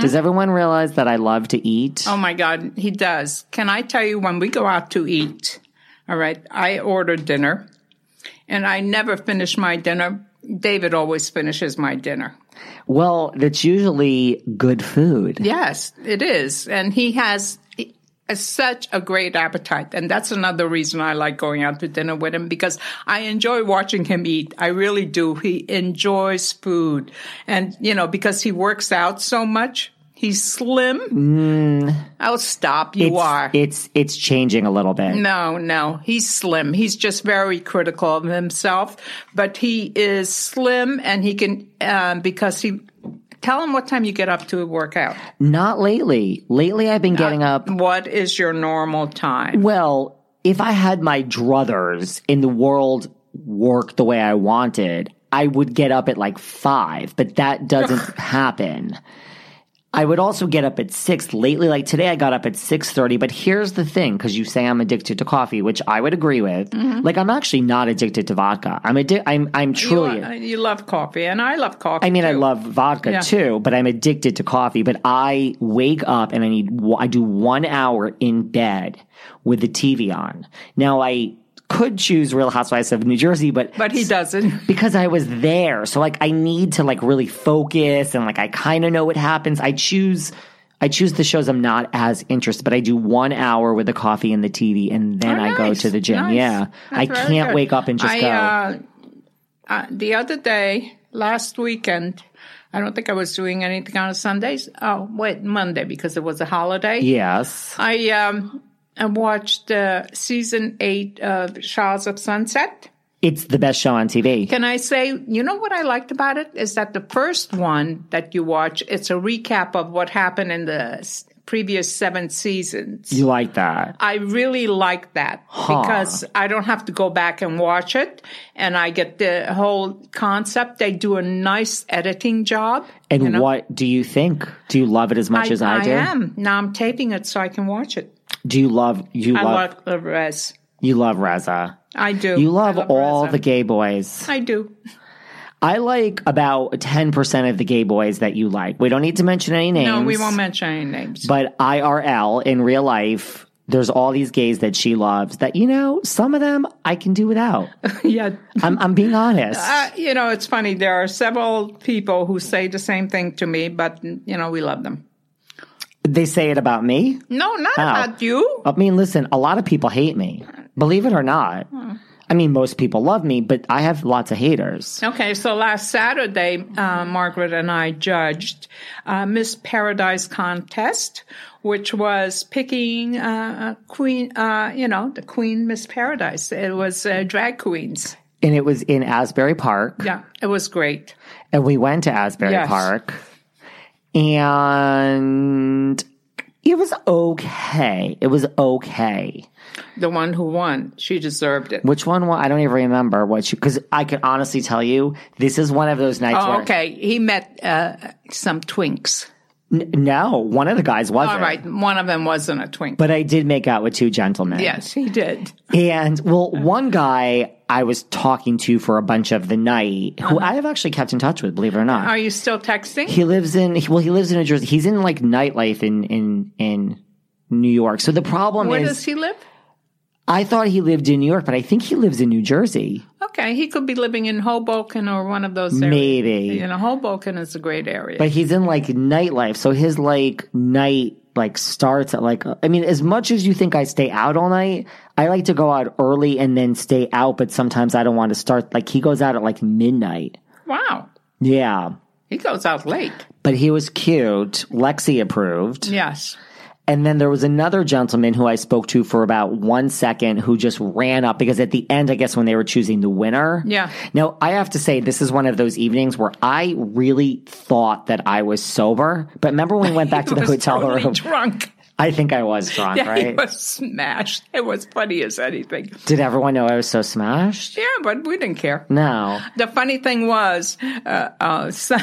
Does everyone realize that I love to eat?
Oh my God, he does. Can I tell you when we go out to eat? All right, I order dinner and I never finish my dinner. David always finishes my dinner.
Well, that's usually good food.
Yes, it is. And he has he- such a great appetite. And that's another reason I like going out to dinner with him because I enjoy watching him eat. I really do. He enjoys food. And, you know, because he works out so much, he's slim. Oh, stop. You
it's,
are.
It's it's changing a little bit.
No, no, he's slim. He's just very critical of himself, but he is slim and he can, um, because he, tell him what time you get up to work out.
Not lately. Lately, I've been getting up.
What is your normal time?
Well, if I had my druthers in the world work the way I wanted, I would get up at like five. But that doesn't happen. I would also get up at six lately. Like today, I got up at six thirty. But here's the thing: because you say I'm addicted to coffee, which I would agree with. Like I'm actually not addicted to vodka. I'm addi- I'm I'm
Mm-hmm. You,
truly.
are- you love coffee and I love coffee.
I mean, I
too.
love vodka
Yeah.
too, but I'm addicted to coffee. But I wake up and I need, I do one hour in bed with the TV on. Now I could choose Real Housewives of New Jersey, but,
but he doesn't.
because I was there. So like I need to like really focus and like I kind of know what happens. I choose, I choose the shows I'm not as interested, but I do one hour with the coffee and the TV and then
Oh,
I go
nice,
to the gym.
nice.
Yeah. I
*laughs* That's very
can't
good.
wake up and just
I,
go.
Uh, uh, the other day, last weekend, I don't think I was doing anything on Sundays. Oh, wait, Monday because it was a holiday.
yes.
I um I watched uh, season eight of Shaw's of Sunset.
It's the best show on TV.
Can I say, you know what I liked about it is that the first one that you watch, it's a recap of what happened in the s- previous seven seasons.
you like that.
I really like that because I don't have to go back and watch it, and I get the whole concept. They do a nice editing job.
And what do you think? Do you love it as much as I, do?
am now. I'm taping it so I can watch it.
Do you love you
I
love
love the res.
you love Reza?
I do.
You love,
I
all
Reza.
the gay boys.
I do.
I like about ten percent of the gay boys that you like. We don't need to mention any names.
No, we won't mention any names.
But IRL in real life, there's all these gays that she loves. That you know, some of them I can do
*laughs*
without.
*laughs* yeah.
I'm I'm being honest.
Uh, you know, it's funny. There are several people who say the same thing to me, but, you know, we love them.
they say it about me.
No, not about you.
I mean, listen, a lot of people hate me. Believe it or not.
Hmm.
I mean, most people love me, but I have lots of haters.
Okay, so last Saturday, uh, Margaret and I judged uh, Miss Paradise contest, which was picking uh, a Queen, uh, you know, the Queen Miss Paradise. It was uh, drag queens.
and it was in Asbury Park,
Yeah, it was great.
and we went to Asbury
Yes.
Park, and it was okay. It was okay.
The one who won, she deserved it.
Which one? wa- I don't even remember what she because I can honestly tell you this is one of those nights
Oh,
where
okay, he met uh, some twinks.
N- no, one of the guys wasn't.
All right, one of them wasn't a twink.
But I did make out with two gentlemen.
yes, he did.
And well, one guy I was talking to for a bunch of the night, who
Uh-huh.
I have actually kept in touch with, believe it or not.
Are you still texting?
he lives in well he lives in New Jersey. He's in like nightlife in in in New York. So the problem
Where
is,
does he live?
I thought he lived in New York, but I think he lives in New Jersey.
Okay, he could be living in Hoboken or one of those areas.
Maybe.
You know, Hoboken is a great area.
But he's in like nightlife. So his like night like starts at like I mean, as much as you think I stay out all night, I like to go out early and then stay out, but sometimes I don't want to start like he goes out at like midnight.
Wow.
Yeah.
He goes out late.
But he was cute. Lexi approved.
Yes.
And then there was another gentleman who I spoke to for about one second who just ran up because at the end, I guess when they were choosing the winner.
Yeah.
Now I have to say this is one of those evenings where I really thought that I was sober. But remember when we went back to the
*laughs* He was
hotel
totally
room?
drunk.
I think I was drunk,
Yeah, *laughs*
*laughs*
he
right?
was smashed. It was funny as anything.
Did everyone know I was so smashed?
Yeah, but we didn't care.
No.
The funny thing was, uh, uh, *laughs* so,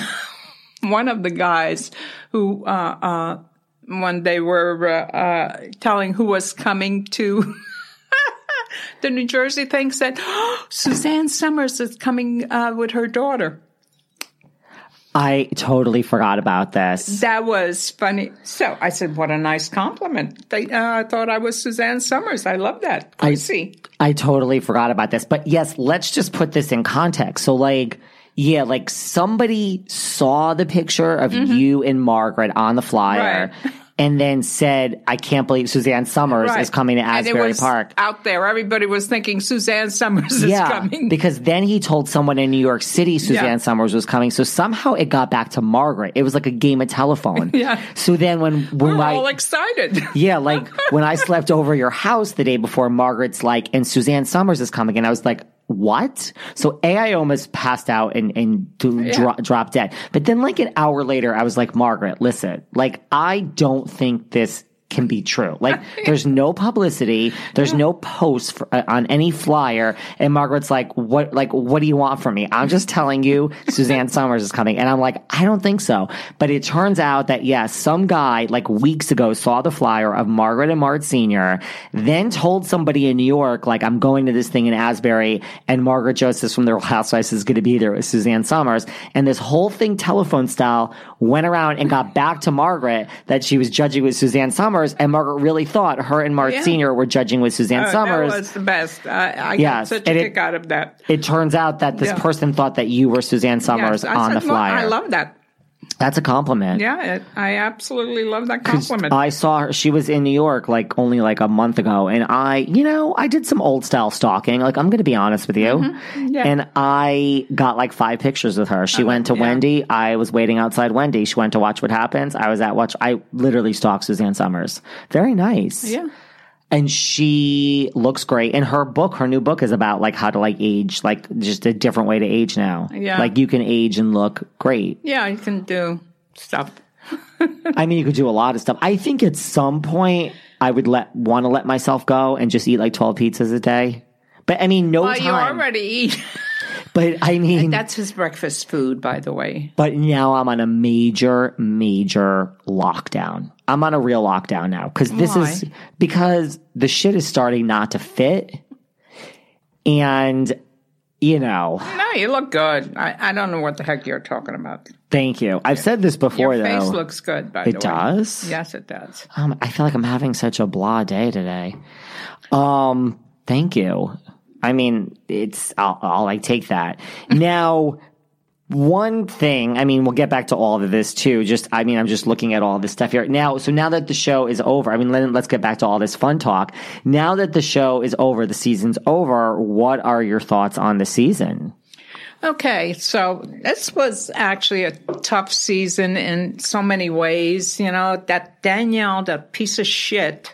one of the guys who, uh, uh, when they were uh, uh, telling who was coming to *laughs* the New Jersey thing, said, oh, Suzanne Summers is coming uh, with her daughter.
I totally forgot about this.
That was funny. So I said, What a nice compliment. They uh, thought I was Suzanne Summers. I love that. I see.
I totally forgot about this. But yes, let's just put this in context. So like, yeah, like somebody saw the picture of you and Margaret on the flyer
Mm-hmm. Right.
*laughs* and then said, I can't believe Suzanne Summers
Right.
is coming to
And it
Asbury
was
Park.
Out there, everybody was thinking Suzanne Summers is
yeah,
coming.
because then he told someone in New York City Suzanne
Yeah.
Summers was coming. So somehow it got back to Margaret. It was like a game of telephone.
*laughs* Yeah.
So then when when
We're
I, *laughs*
all excited.
Yeah, like when I slept over your house the day before, Margaret's like, and Suzanne Summers is coming. And I was like, what? So A, I almost passed out and, and d- dro- dropped dead. But then, like, an hour later, I was like, Margaret, listen, like, I don't think this can be true. Like, there's no publicity, there's no post for, uh, on any flyer. And Margaret's like, what, like, what do you want from me? I'm just telling you, Suzanne Summers is coming. And I'm like, I don't think so. But it turns out that yes, some guy like weeks ago saw the flyer of Margaret and Mart Sr., then told somebody in New York, like, I'm going to this thing in Asbury and Margaret Josephs from the Real Housewives is going to be there with Suzanne Summers. And this whole thing telephone style went around and got back to Margaret that she was judging with Suzanne Summers. And Margaret really thought her and Mart
Yeah.
Sr. were judging with Suzanne
Oh,
Summers.
That was the best. I, I got
Yes,
such a
and it-
kick out of that.
it turns out that this
Yeah.
person thought that you were Suzanne Summers
Yes, I
on
said,
the
"Well,
flyer.
I love that.
That's a compliment.
Yeah, it, I absolutely love that
'Cause
compliment.
I saw her. She was in New York like only like a month ago, and I, you know, I did some old style stalking. Like I'm going to be honest with you,
Mm-hmm.
and I got like five pictures with
Oh,
her. She went to Wendy. I was waiting outside Wendy. She went to watch what happens. I was at watch. I literally stalked Suzanne Summers. Very nice.
yeah.
and she looks great. And her book, her new book, is about like how to like age, like just a different way to age now.
Yeah.
like you can age and look great.
Yeah, you can do stuff.
I mean, you could do a lot of stuff. I think at some point I would let want to let myself go and just eat like twelve pizzas a day. But I mean, no
Well, you
time. *laughs*
already eat.
But I mean,
That's his breakfast food, by the way.
but now I'm on a major, major lockdown. I'm on a real lockdown now because this is because the shit is starting not to fit, and you know,
No, you look good. I, I don't know what the heck you're talking about.
thank you. I've said this before
Your
though.
face looks good, by
it
the way.
does.
Yes, it does.
Um, I feel like I'm having such a blah day today. Um, thank you. I mean, it's I'll, I'll like take
*laughs*
that now. One thing, I mean, we'll get back to all of this too. Just, I mean, I'm just looking at all this stuff here now. So now that the show is over, I mean, let, let's get back to all this fun talk. Now that the show is over, the season's over. What are your thoughts on the season?
Okay, so this was actually a tough season in so many ways. You know, that Danielle, that piece of shit.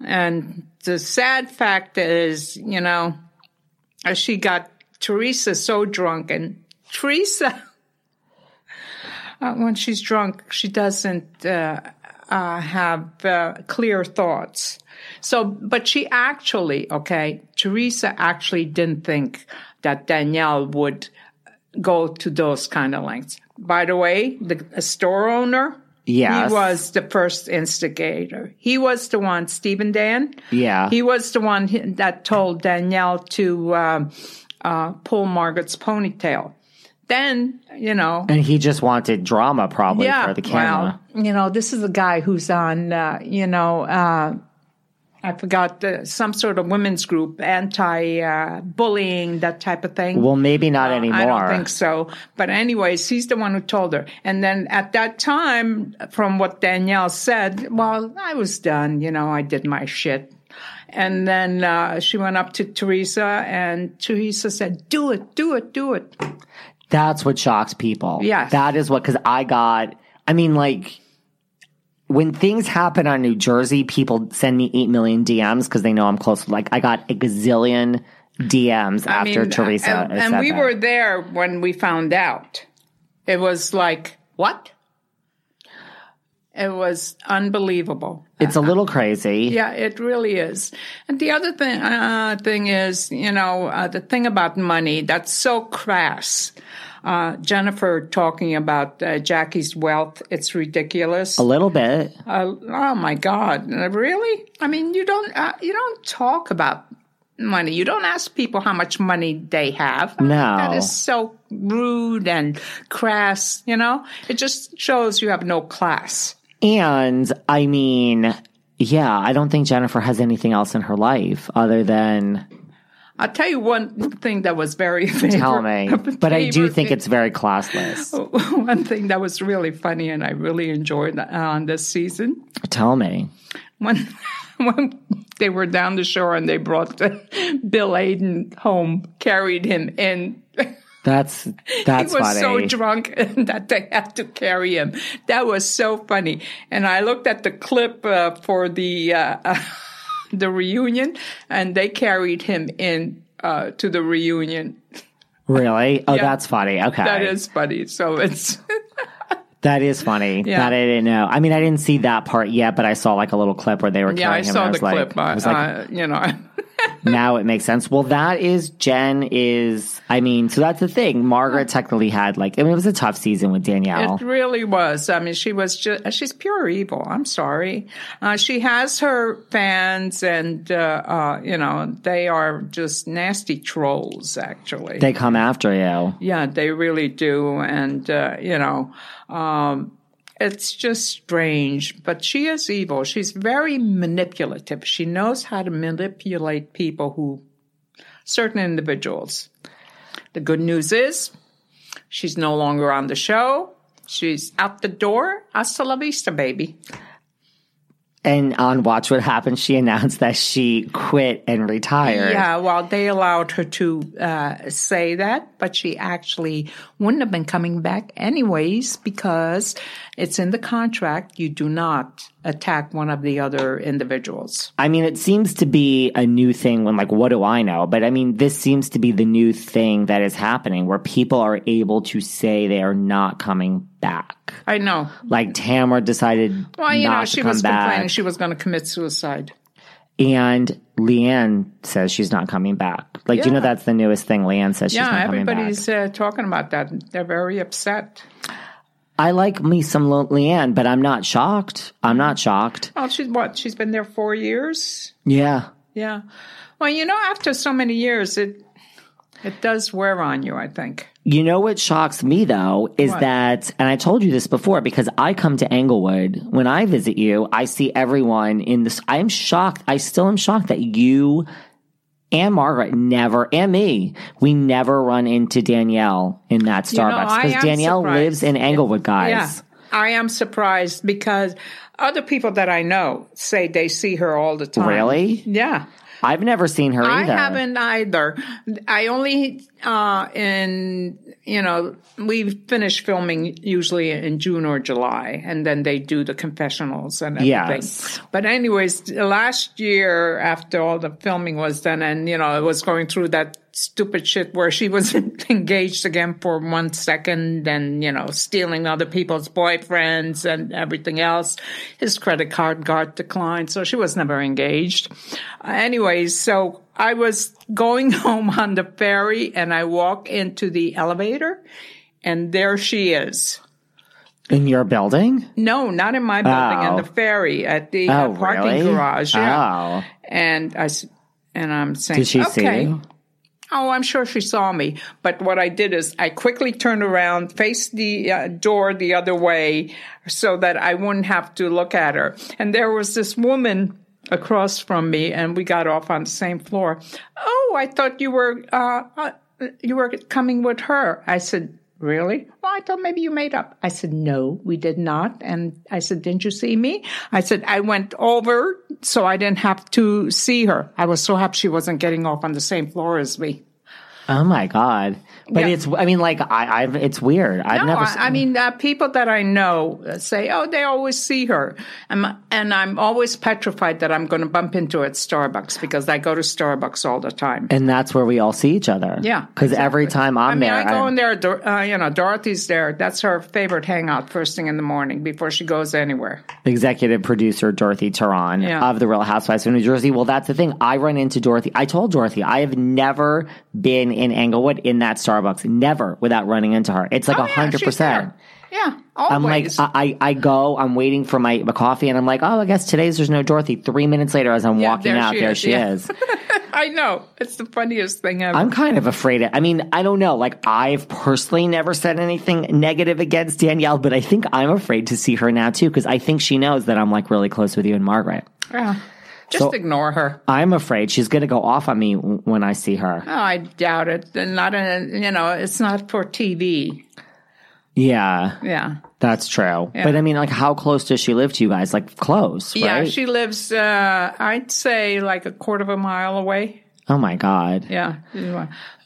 And the sad fact is, you know, uh, she got Teresa so drunk, and Teresa, uh, when she's drunk, she doesn't uh, uh, have uh, clear thoughts. So, but she actually, okay, Teresa actually didn't think that Danielle would go to those kind of lengths. By the way, the a store owner,
Yes.
he was the first instigator. He was the one, Stephen Dan.
Yeah.
He was the one hi- that told Danielle to um, uh, pull Margaret's ponytail. Then, you know,
And he just wanted drama, probably
yeah,
for the camera.
well, you know, this is a guy who's on, uh, you know, uh, I forgot uh, some sort of women's group, anti uh, bullying, that type of thing.
Well, maybe not anymore.
I don't think so. But anyways, he's the one who told her. And then at that time, from what Danielle said, well, I was done. You know, I did my shit. And then uh, she went up to Teresa, and Teresa said, "Do it, do it, do it."
That's what shocks people.
Yes.
That is what, because I got, I mean, like, when things happen on New Jersey, people send me 8 million DMs because they know I'm close. Like, I got a gazillion DMs
I
after
mean,
Teresa. had
and, and
said
we
that.
were there when we found out. It was like what? It was unbelievable.
It's a little crazy.
Yeah, it really is. And the other thing uh, thing is, you know, uh, the thing about money that's so crass. Uh, Jennifer talking about uh, Jackie's wealth, it's ridiculous.
A little bit.
Uh, oh my God, Uh, really? I mean, you don't uh, you don't talk about money. You don't ask people how much money they have. I mean,
No.
that is so rude and crass. You know, it just shows you have no class.
And I mean, yeah, I don't think Jennifer has anything else in her life other than
I'll tell you one thing that was very *laughs* favorite,
tell me. But I do think it's very classless.
one thing *laughs* that was really funny and I really enjoyed uh, on this season
Tell me.
when *laughs* when they were down the shore and they brought *laughs* the Bill Aiden home, carried him in.
That's that's
he was
funny.
so drunk *laughs* that they had to carry him. That was so funny. And I looked at the clip uh, for the uh, *laughs* the reunion, and they carried him in uh, to the reunion.
really? Oh, that's funny. Okay.
That is funny. So it's *laughs*
That is funny.
Yeah.
That I didn't know. I mean, I didn't see that part yet, but I saw like a little clip where they were
yeah,
carrying
I
him. and I
saw the
was like,
clip.
I
Uh,
was like,
uh, you know, *laughs*
now it makes sense. Well, that is Jen is. I mean, so that's the thing. Margaret technically had like. I mean, it was a tough season with Danielle.
it really was. I mean, she was just she's pure evil. I'm sorry. Uh, she has her fans, and uh, uh, you know they are just nasty trolls. Actually,
they come after you.
Yeah, they really do. And, uh, you know, um, it's just strange, but she is evil. She's very manipulative. She knows how to manipulate people who, certain individuals. The good news is she's no longer on the show. She's out the door. Hasta la vista, baby.
And on Watch What Happens, she announced that she quit and retired.
Yeah, well, they allowed her to uh, say that, but she actually wouldn't have been coming back anyways because it's in the contract. You do not attack one of the other individuals.
I mean, it seems to be a new thing when, like, what do I know? But I mean, this seems to be the new thing that is happening where people are able to say they are not coming back.
I know.
Like, Tamara decided
Well, you
not
know, she
to come
was complaining
back.
she was going to commit suicide.
and Leanne says she's not coming back. Like, you know, that's the newest thing. Leanne says she's
yeah,
not coming back.
everybody's uh, talking about that. They're very upset.
I like me some Le- Leanne, but I'm not shocked. I'm not shocked.
Well, she's what? She's been there four years.
Yeah.
Yeah. Well, you know, after so many years, it it does wear on you. I think.
You know what shocks me though is that, and I told you this before because I come to Englewood. When I visit you, I see everyone in this. I'm shocked. I still am shocked that you and Margaret never, and me, we never run into Danielle in that Starbucks.
know, I am
Danielle
surprised.
lives in Englewood, guys.
Yeah. I am surprised because other people that I know say they see her all the time.
Really?
Yeah.
I've never seen her
I
either.
haven't either. I only uh in you know, we finish filming usually in June or July and then they do the confessionals and everything.
Yes.
But anyways, last year after all the filming was done and you know, it was going through that stupid shit where she was *laughs* engaged again for one second and you know, stealing other people's boyfriends and everything else. His credit card got declined, so she was never engaged. Uh, anyways, so I was going *laughs* home on the ferry and I walk into the elevator and there she is.
In your building?
No, not in my building.
Oh.
On the ferry at the uh,
oh,
parking
really?
garage. Yeah.
Oh.
And I s- and I'm saying,
Did she
okay.
see you?
Oh, I'm sure she saw me. But what I did is I quickly turned around, faced the uh, door the other way so that I wouldn't have to look at her. And there was this woman across from me, and we got off on the same floor. Oh, I thought you were uh, uh, you were coming with her. I said, Really? Well, I thought maybe you made up. I said, No, we did not. And I said, Didn't you see me? I said, I went over so I didn't have to see her. I was so happy she wasn't getting off on the same floor as me.
Oh my god! But
Yeah.
it's I mean like I I've it's weird. I've
No,
never.
I,
seen-
I mean, uh, people that I know uh, say, oh, they always see her. And, my- and I'm always petrified that I'm going to bump into her at Starbucks because I go to Starbucks all the time.
and that's where we all see each other.
Yeah,
because every time I'm
I mean,
there,
I go in there, Dor- uh, you know, Dorothy's there. That's her favorite hangout first thing in the morning before she goes anywhere.
executive producer Dorothy Turan
Yeah.
of The Real Housewives of New Jersey. Well, that's the thing. I run into Dorothy. I told Dorothy I have never been in Englewood in that Starbucks, never without running into her. It's like a
Oh, yeah,
hundred
she's
percent.
there. Yeah,
I'm like, uh,
always.
I, I I go, I'm waiting for my coffee, and I'm like, oh, I guess today's there's no Dorothy. Three minutes later, as I'm
Yeah,
walking
there
out,
she
there
is,
she
yeah. *laughs*
is.
*laughs* I know. It's the funniest thing ever.
I'm kind of afraid. I mean, I don't know. Like, I've personally never said anything negative against Danielle, but I think I'm afraid to see her now too because I think she knows that I'm like really close with you and Margaret.
Yeah. Just
So-
ignore her.
I'm afraid she's going to go off on me w- when I see her.
Oh, I doubt it. And Not in a, you know, it's not for TV.
Yeah,
Yeah.
that's true. But I mean, like, how close does she live to you guys? Like, close, right?
Yeah, she lives, uh, I'd say, like a quarter of a mile away.
oh my God.
Yeah.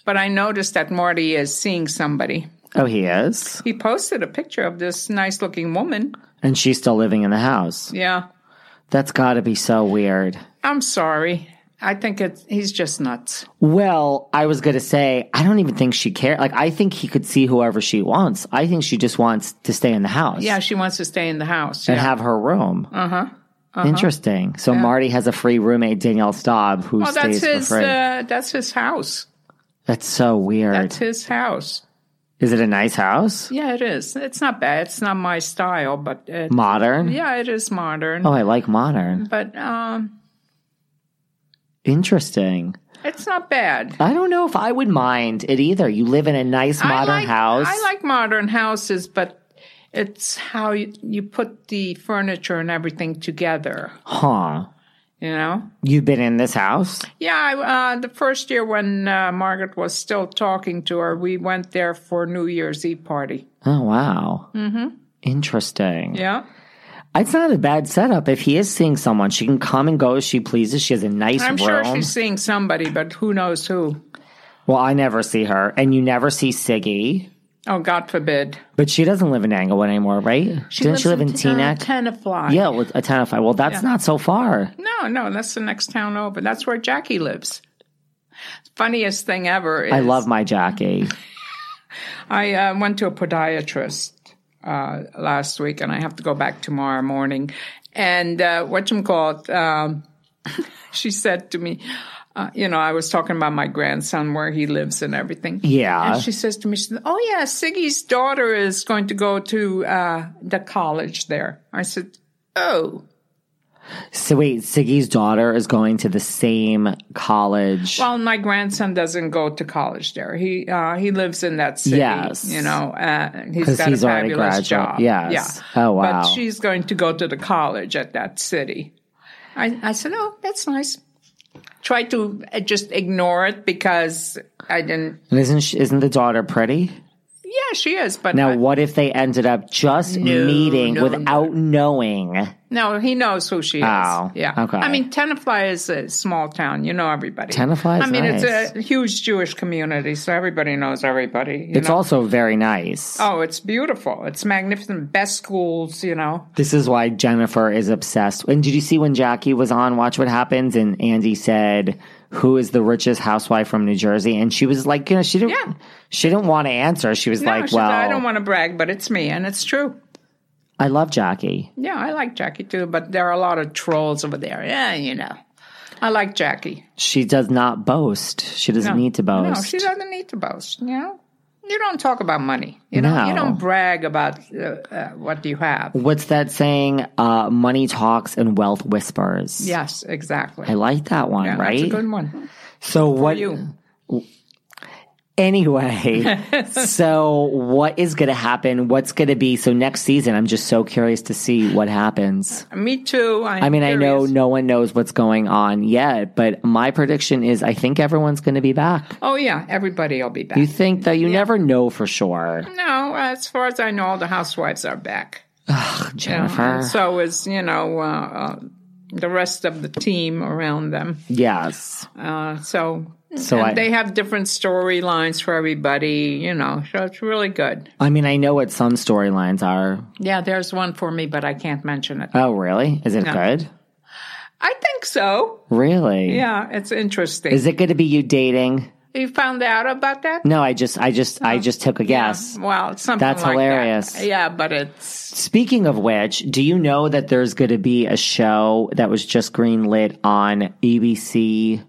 But I noticed that Marty is seeing somebody.
Oh, he is?
He posted a picture of this nice looking woman.
And she's still living in the house.
Yeah.
That's got to be so weird.
I'm sorry. I think it's, he's just nuts.
Well, I was going to say, I don't even think she cares. Like, I think he could see whoever she wants. I think she just wants to stay in the house.
Yeah, she Uh-huh, wants to stay in the house.
And
Yeah.
have her room. Uh huh. Interesting. So Marty has a free roommate, Danielle Staub, who
Well, Oh, that's
stays
his,
for free.
uh, that's his house.
that's so weird.
That's his house.
is it a nice house?
Yeah, it is. It's not bad. It's not my style, but it,
Modern?
yeah, it is modern.
Oh, I like modern.
But um,
Interesting.
it's not bad.
I don't know if I would mind it either. You live in a nice modern
I like,
house.
I like modern houses, but it's how you, you put the furniture and everything together.
huh.
You know?
You've been in this house?
Yeah, I, uh, the first year when uh, Margaret was still talking to her, we went there for New Year's Eve party.
Oh, wow. Mm-hmm. Interesting.
Yeah,
It's not a bad setup. If he is seeing someone, she can come and go as she pleases. She has a nice room.
I'm sure she's seeing somebody, but who knows who?
well, I never see her, and you never see Siggy.
Oh, God forbid.
But she doesn't live in Anglewood anymore, right? Didn't she live in Teaneck?
uh, Tenafly.
yeah, with a Tenafly. Well, that's not so far.
No, no, that's the next town over. That's where Jackie lives. Funniest thing ever. Is
I love my
*laughs*
Jackie.
I uh, went to a podiatrist uh, last week, and I have to go back tomorrow morning. And uh, what you um, *laughs* she said to me, uh, you know, I was talking about my grandson, where he lives, and everything.
Yeah.
And she says to me, she said, "Oh yeah, Siggy's daughter is going to go to uh, the college there." I said, "Oh."
So wait, Siggy's daughter is going to the same college.
Well, my grandson doesn't go to college there. He uh, he lives in that city.
Yes.
you know, uh, he's
'Cause
got
he's
a
already graduate-
fabulous job.
yes.
Yeah.
Oh, wow.
But she's going to go to the college at that city. I I said, oh, that's nice. Try to uh, just ignore it because I didn't.
and isn't she, isn't the daughter pretty?
Yeah, she is, but
Now,
I-
what if they ended up just meeting
no,
without knowing?
no, he knows who she is.
Oh,
yeah.
okay.
I mean, Tenafly is a small town. You know everybody.
Tenafly is
I mean,
nice.
it's a huge Jewish community, so everybody knows everybody. you
It's also very nice.
Oh, it's beautiful. It's magnificent. Best schools, you know.
This is why Jennifer is obsessed. And did you see when Jackie was on Watch What Happens and Andy said, "Who is the richest housewife from New Jersey?" And she was like, you know, she didn't,
Yeah.
she didn't want to answer. She was
No,
like,
she-
"Well,
I don't want to brag, but it's me, and it's true.
I love Jackie."
Yeah, I like Jackie too, but there are a lot of trolls over there. Yeah, you know. I like Jackie.
She does not boast. She doesn't need to boast.
No, she doesn't need to boast. You know, you don't talk about money. You know,
No.
you don't brag about uh, uh, what you have.
What's that saying? Uh, money talks and wealth whispers.
Yes, exactly.
I like that one,
yeah,
right?
That's a good one.
so what
You. *laughs*
Anyway, so what is going to happen? What's going to be? So next season, I'm just so curious to see what happens.
Me too. I'm
I mean, I know
curious.
no one knows what's going on yet, but my prediction is I think everyone's going to be back.
Oh yeah, everybody will be back.
You think that you never know for
Mm,
sure,
no, as far as I know, all the housewives are back. you know,
Jennifer.
and so is you know uh, uh, the rest of the team around them.
yes.
Uh, so
So
and
I-
they have different storylines for everybody. You know, so it's really good.
I mean, I know what some storylines are.
Yeah, there's one for me, but I can't mention it.
Oh, really? Is it good?
I think so.
Really?
Yeah, it's interesting.
Is it going to be you dating?
you found out about that?
No, I just, I just, I just took a guess.
Well, it's something
That's
like
hilarious.
That. Yeah, but it's
Speaking of which, do you know that there's going to be a show that was just greenlit on ABC?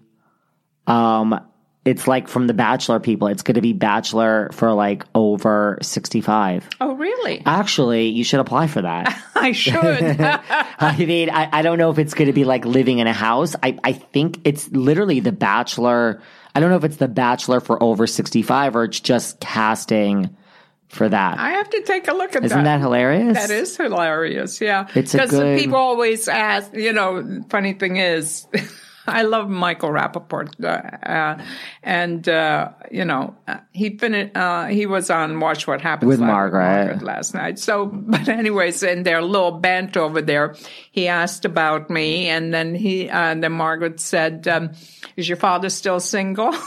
Um, it's like from the Bachelor people. It's going to be Bachelor for like over 65.
oh really?
Actually, you should apply for
*laughs*
that.
I should.
I mean, I, I don't know if it's going to be like living in a house. I, I think it's literally The Bachelor. I don't know if it's The Bachelor for over 65 or it's just casting for that.
I have to take a look at
Isn't that hilarious?
That is hilarious. Yeah.
It's a
Because
good-
people always ask, you know, funny thing is, *laughs* I love Michael Rappaport. Uh, uh, and, uh, you know, uh, he finished, uh, he was on Watch What Happens
With
Live
Margaret.
last night. So, *laughs* but anyways, in their little bent over there, he asked about me. And then he, uh, and then Margaret said, um, is your father still single? *laughs*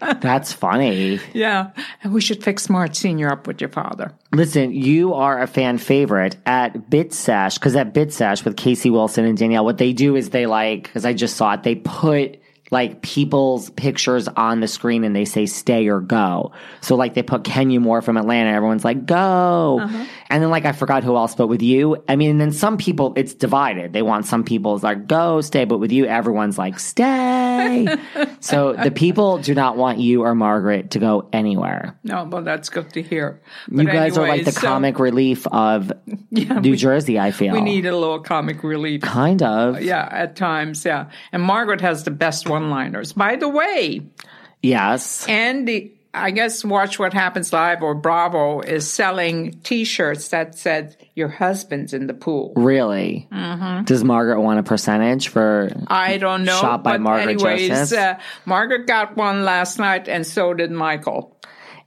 That's funny.
yeah. And we should fix Mart Sr. up with your father.
Listen, you are a fan favorite at BitSash because at BitSash with Casey Wilson and Danielle, what they do is they like because I just saw it. They put like people's pictures on the screen and they say stay or go. So like they put Kenya Moore from Atlanta, everyone's like go, and then like I forgot who else, but with you, I mean, and then some people it's divided. They want some people it's like go stay, but with you, everyone's like stay. so the people do not want you or Margaret to go anywhere.
No, well, that's good to hear.
You
But
guys are like
anyways,
the
so
comic relief of
*laughs*
New Jersey, I feel.
We need a little
*laughs*
comic relief.
kind of.
Yeah, at times, yeah. And Margaret has the best one liners. By the way,
Yes.
and the, I guess Watch What Happens Live or Bravo is selling t shirts that said, Your husband's in the pool.
Really?
Mm-hmm.
Does Margaret want a percentage for?
I don't know.
Shot by
but
Margaret
anyways,
Joseph.
uh, Margaret got one last night, and so did Michael.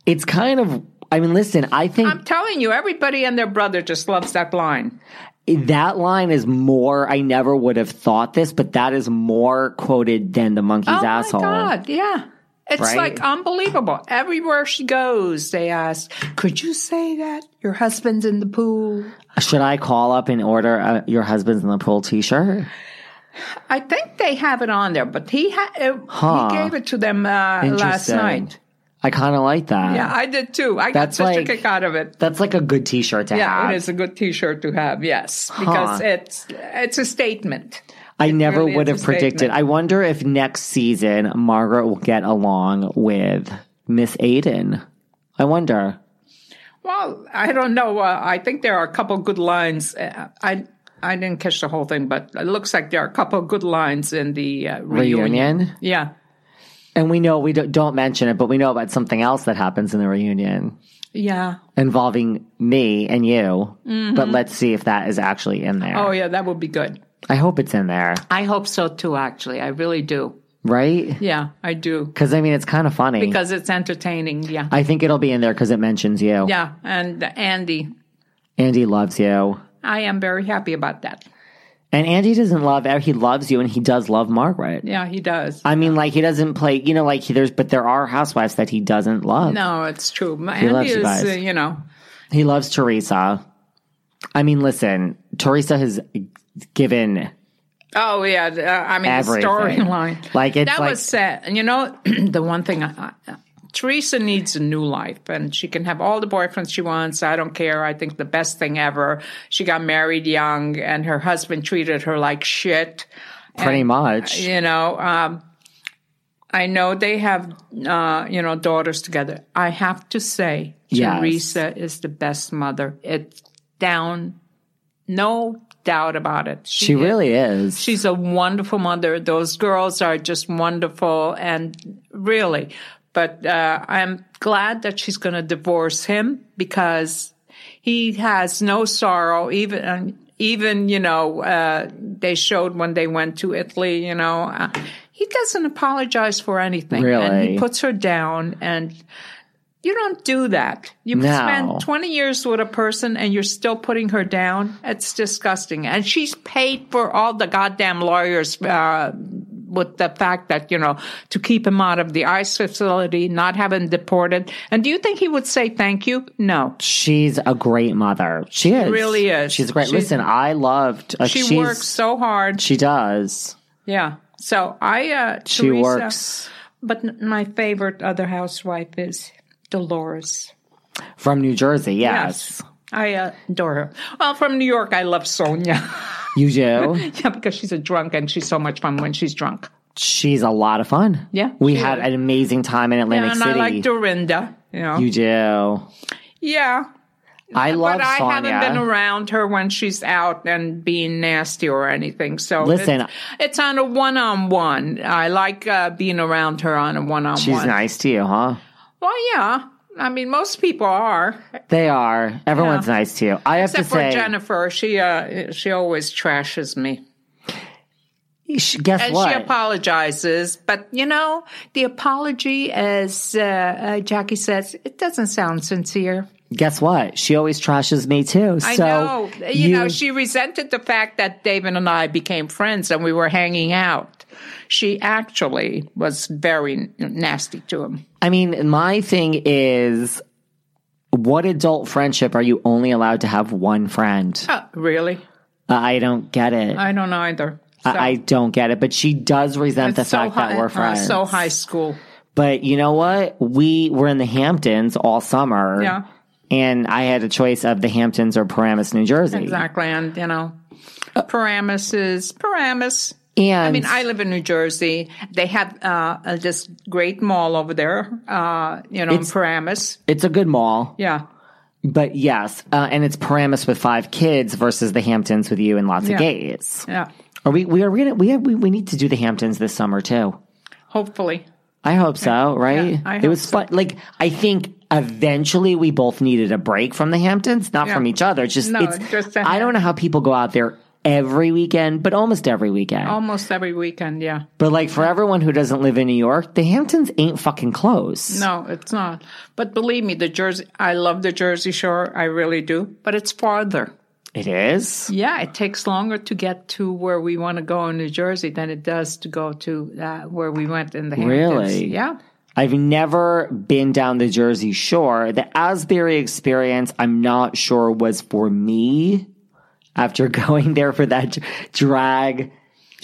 It's kind of. I mean, listen. I think
I'm telling you, everybody and their brother just loves that line.
that line is more. I never would have thought this, but that is more quoted than the monkey's
oh
asshole.
my god, yeah. It's
Right?
like unbelievable. Everywhere she goes, they ask, "Could you say that your husband's in the pool?"
Should I call up and order a, your husband's in the pool T-shirt?
I think they have it on there, but he ha- uh,
Huh.
he gave it to them uh, last
Interesting.
night.
I kind of like that.
Yeah, I did too. I
That's
got such
like-
a kick out of it.
That's like a good T-shirt to
Yeah,
have.
it is a good T-shirt to have. Yes, because it's it's a statement.
I never
really
would
is a
have predicted.
statement.
I wonder if next season Margaret will get along with Miss Aiden. I wonder.
Well, I don't know. Uh, I think there are a couple good lines. Uh, I I didn't catch the whole thing, but it looks like there are a couple good lines in the uh, reunion.
Reunion.
Yeah.
And we know we don't, don't mention it, but we know about something else that happens in the reunion
Yeah.
involving me and you. But let's see if that is actually in there.
Mm-hmm. Oh, yeah, that would be good.
I hope it's in there,
I hope so too, actually. I really do.
right?
Yeah, I do.
Because I mean, it's kind of funny.
Because it's entertaining. Yeah.
I think it'll be in there because it mentions you.
yeah. And Andy,
Andy loves you.
I am very happy about that.
And Andy doesn't love, he loves you and he does love Margaret.
Yeah, he does.
I mean, like he doesn't play, you know, like he, there's, but there are housewives that he doesn't love.
no, it's true. My-
loves
Andy
you
is,
guys.
uh, you know,
He loves Teresa. I mean, listen, Teresa has given
oh, yeah. Uh, I mean,
Everything.
the storyline.
like it's
that
like
was sad. And you know, *clears throat* the one thing I, I, Teresa needs a new life, and she can have all the boyfriends she wants. I don't care. I think the best thing ever. She got married young, and her husband treated her like shit.
pretty much.
You know, um, I know they have, uh, you know, daughters together. I have to say,
Yes.
Teresa is the best mother. It's down, no doubt about it.
she really is.
She's a wonderful mother. Those girls are just wonderful and really But uh, I'm glad that she's going to divorce him because he has no sorrow. Even um, even you know uh, they showed when they went to Italy. You know uh, he doesn't apologize for anything, and
Really?
he puts her down and. You don't do that. You
No.
spend 20 years with a person and you're still putting her down. It's disgusting. And she's paid for all the goddamn lawyers uh, with the fact that, you know, to keep him out of the ICE facility, not have him deported. And do you think he would say thank you? No.
She's a great mother. She is.
really is.
She's great.
She's-
Listen, I loved. Uh,
She
she's-
works so hard.
She does.
yeah. So I, uh,
She
Teresa-
works
But n- my favorite other housewife is Dolores.
from New Jersey. Yes,
Yes. I uh, adore her. Well, from New York, I love Sonia. *laughs*
you do.
Yeah, because she's a drunk and she's so much fun when she's drunk.
she's a lot of fun.
Yeah,
we
she
had
is.
an amazing time in Atlantic
and
City.
I like Dorinda. You know.
you do.
yeah.
I love
But I
Sonia.
haven't been around her when she's out and being nasty or anything. So
Listen-
it's, it's on a one-on-one. I like uh, being around her on a one-on-one.
She's nice to you, huh?
Well, yeah. I mean, most people are,
They are. Everyone's nice to you. I have to
except for
say,
Jennifer. She uh, she always trashes me.
sh- guess
And
what?
she apologizes, but you know, the apology, as uh, uh, Jackie says, it doesn't sound sincere.
guess what? She always trashes me too.
I
so
know. You, know, she resented the fact that David and I became friends and we were hanging out. She actually was very nasty to him.
I mean, my thing is, what adult friendship are you only allowed to have one friend? Uh,
Oh, really?
I don't get it. I,
I don't either.
I don't get it. But she does resent the
It's so
fact
high-
that we're
uh,
friends.
so high school.
But you know what? We were in the Hamptons all summer.
Yeah.
And I had a choice of the Hamptons or Paramus, New Jersey.
Exactly. And, you know, Paramus is Paramus.
Uh, And
I mean, I live in New Jersey. They have uh, uh, this great mall over there, uh, you know, in Paramus.
it's a good mall.
Yeah.
But yes, uh, and it's Paramus with five kids versus the Hamptons with you and lots of
Yeah.
gays.
Yeah.
Are we? We are we gonna we have, we, we need to do the Hamptons this summer too.
Hopefully.
I hope so, right?
Yeah, I
it
hope
was fun. Like I think eventually we both needed a break from the Hamptons, not
Yeah.
from each other. It's Just
No,
it's
just the
I don't know how people go out there every weekend, but almost every weekend.
Almost every weekend. Yeah.
but like for everyone who doesn't live in New York, the Hamptons ain't fucking close.
No, it's not. But believe me, the Jersey, I love the Jersey Shore. I really do. But it's farther.
It is.
Yeah. It takes longer to get to where we want to go in New Jersey than it does to go to uh, where we went in the Hamptons.
Really?
Yeah.
I've never been down the Jersey Shore. The Asbury experience, I'm not sure was for me after *laughs* going there for that d- drag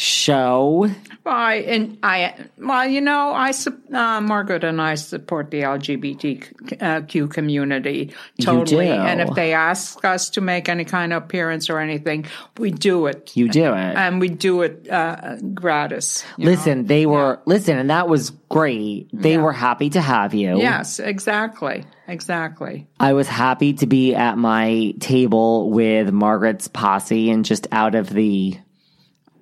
show.
Well, I, and I, well, you know, I, sup- uh, Margaret and I support the LGBTQ uh, community totally.
do.
And if they ask us to make any kind of appearance or anything, we do it.
You do it.
and we do it uh, gratis.
listen, they were, listen, and that was great. They were happy to have you.
Yes, exactly. Exactly.
I was happy to be at my table with Margaret's posse and just out of the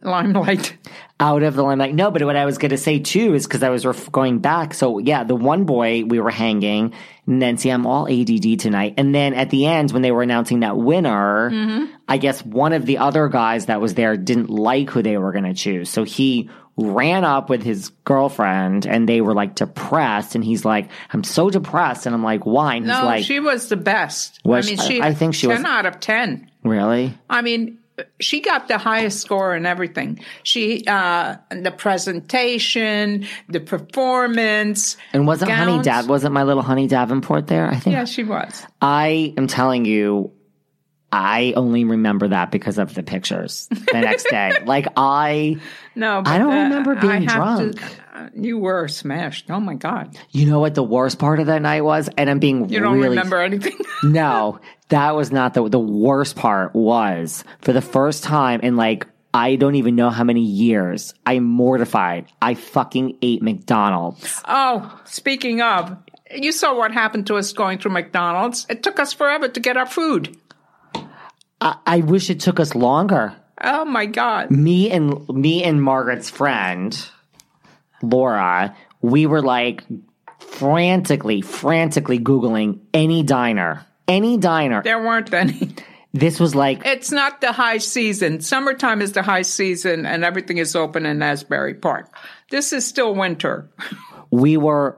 Limelight.
out of the limelight. No, but what I was going to say too is because I was ref- going back. So yeah, the one boy we were hanging, and then see, I'm all ADD tonight. And then at the end, when they were announcing that winner,
Mm-hmm.
I guess one of the other guys that was there didn't like who they were going to choose, so he ran up with his girlfriend, and they were like depressed, and he's like, "I'm so depressed," and I'm like, "Why?" And he's
No,
like,
she was the best.
Was-
I mean, she,
I- I think she
10
was-
out of 10.
"Really?"
I mean, she got the highest score in everything. She, uh, the presentation, the performance.
And wasn't Honey
gowns.
Dad? Wasn't my little Honey Davenport there? I think
Yeah, she was.
I am telling you, I only remember that because of the pictures the next
*laughs*
day. Like I,
No, but,
I don't
uh,
remember
I
being
have to-
drunk.
uh, you were smashed. Oh my God.
you know what the worst part of that night was, and I'm being
You don't
really
remember anything? *laughs*
no, that was not the the worst part. Was for the first time in like I don't even know how many years. I'm mortified. I fucking ate McDonald's.
oh, speaking of, you saw what happened to us going through McDonald's. It took us forever to get our food.
I, I wish it took us longer.
Oh my God.
me and me and Margaret's friend Laura, we were like frantically, frantically Googling any diner, any diner.
There weren't any.
This was like
It's not the high season. Summertime is the high season and everything is open in Asbury Park. This is still winter.
we were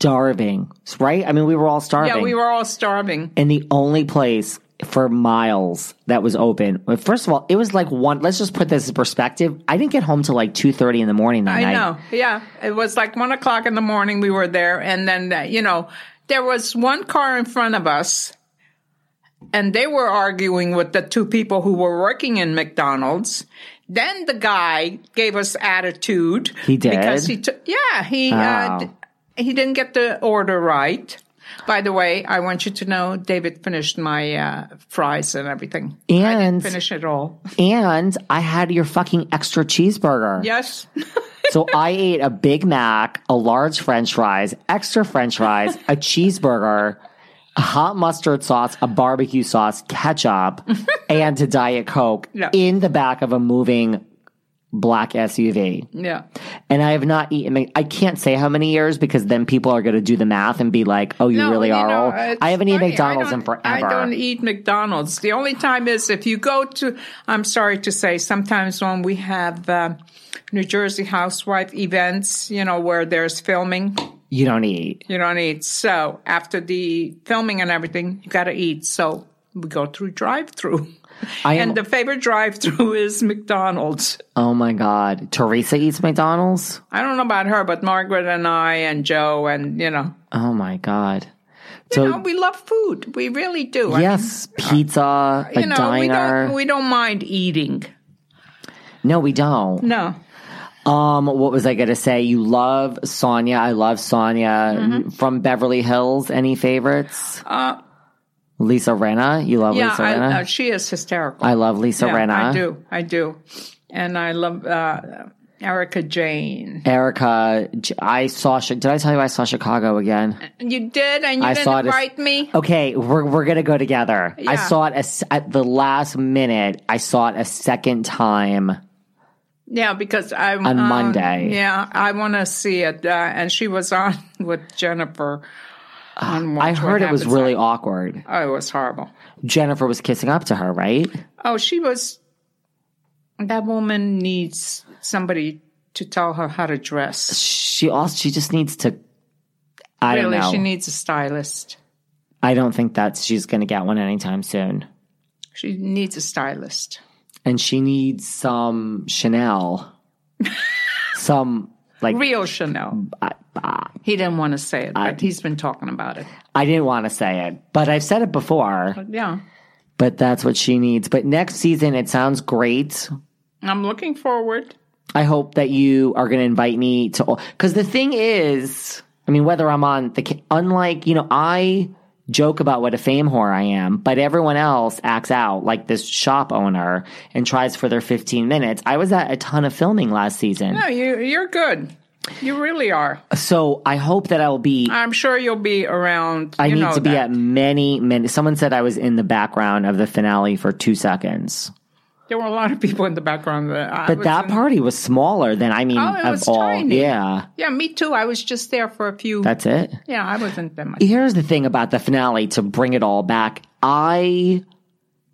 starving, right? I mean, we were all starving.
Yeah, we were all starving.
And the only place for miles that was open. well, First of all, it was like one. Let's just put this in perspective. I didn't get home till like two thirty in the morning that night.
I know. Yeah. It was like one o'clock in the morning. We were there. And then, uh, you know, there was one car in front of us and they were arguing with the two people who were working in McDonald's. Then the guy gave us attitude.
He did?
Because he took, yeah, he, uh,
Oh.
d- he didn't get the order right. By the way, I want you to know David finished my uh, fries and everything. I
And-
didn't finish it all.
And I had your fucking extra cheeseburger.
Yes.
So I ate a Big Mac, a large French fries, extra French fries, a cheeseburger, a hot mustard sauce, a barbecue sauce,
*laughs*
ketchup, and a Diet Coke
Yeah.
in the back of a moving black SUV.
yeah.
And I have not eaten. Mc- I can't say how many years because then people are going to do the math and be like, "Oh, you
No,
really
you
are
know,
old."
it's
I haven't eaten
funny.
McDonald's
I
in
don't- e-,
forever.
I don't eat McDonald's. The only time is if you go to, I'm sorry to say, sometimes when we have uh, New Jersey housewife events, you know, where there's filming,
you don't eat.
you don't eat. So after the filming and everything, you got to eat. So we go through
*laughs*
drive through.
I am.
And the favorite drive through *laughs* is McDonald's.
oh my god, Teresa eats McDonald's.
I don't know about her, but Margaret and I and Joe and, you know,
Oh my god. So
you know, we love food. We really do. I
yes, pizza, a
mean, Uh, you know, we
diner.
don't, we don't mind eating.
no, we don't.
No.
Um, what was I going to say? You love Sonia. I love Sonia from Beverly Hills. Any favorites?
Mm-hmm. Uh,
Lisa Renna. You love
Yeah,
Lisa Renna.
I,
I,
uh, she is hysterical.
love Lisa
Yeah,
Renna.
I do. I do. And I love uh, Erica Jane.
Erica, J- I saw. Chi- Did I tell you I saw Chicago again?
You did, and you
I
didn't
saw it as-
invite me.
Okay, we're we're gonna go together. I
Yeah.
saw it a s at the last minute. I saw it a second time.
Yeah, because I'm
On
um,
Monday.
Yeah, I want to see it. Uh, and she was on *laughs* with Jennifer. On Watch
Uh, I
What
heard it was
Happens
really
Live.
awkward.
Oh, it was horrible.
Jennifer was kissing up to her, right?
Oh, she was. That woman needs somebody to tell her how to dress.
She also she just needs to. I
really,
don't know.
she needs a stylist.
I don't think that she's gonna get one anytime soon.
She needs a stylist.
And she needs some
*laughs*
Chanel, some like
Real Chanel. He didn't want to say it, but he's been talking about it.
I didn't want to say it, but I've said it before.
Yeah.
but that's what she needs. But next season, it sounds great.
I'm looking forward.
I hope that you are going to invite me to, because the thing is, I mean, whether I'm on the, ca- unlike, you know, I joke about what a fame whore I am, but everyone else acts out like this shop owner and tries for their 15 minutes. I was at a ton of filming last season.
No, you you're good. You really are.
So I hope that I will be.
I'm sure you'll be around.
I
you
need
know
to be
that.
at many, many. Someone said I was in the background of the finale for two seconds.
There were a lot of people in the background. That I
But
was
that
in-
party was smaller than I mean
Oh, it
of
was
all.
tiny.
Yeah.
Yeah, me too. I was just there for a few.
That's it.
yeah, I wasn't that much.
Here's the thing about the finale to bring it all back. I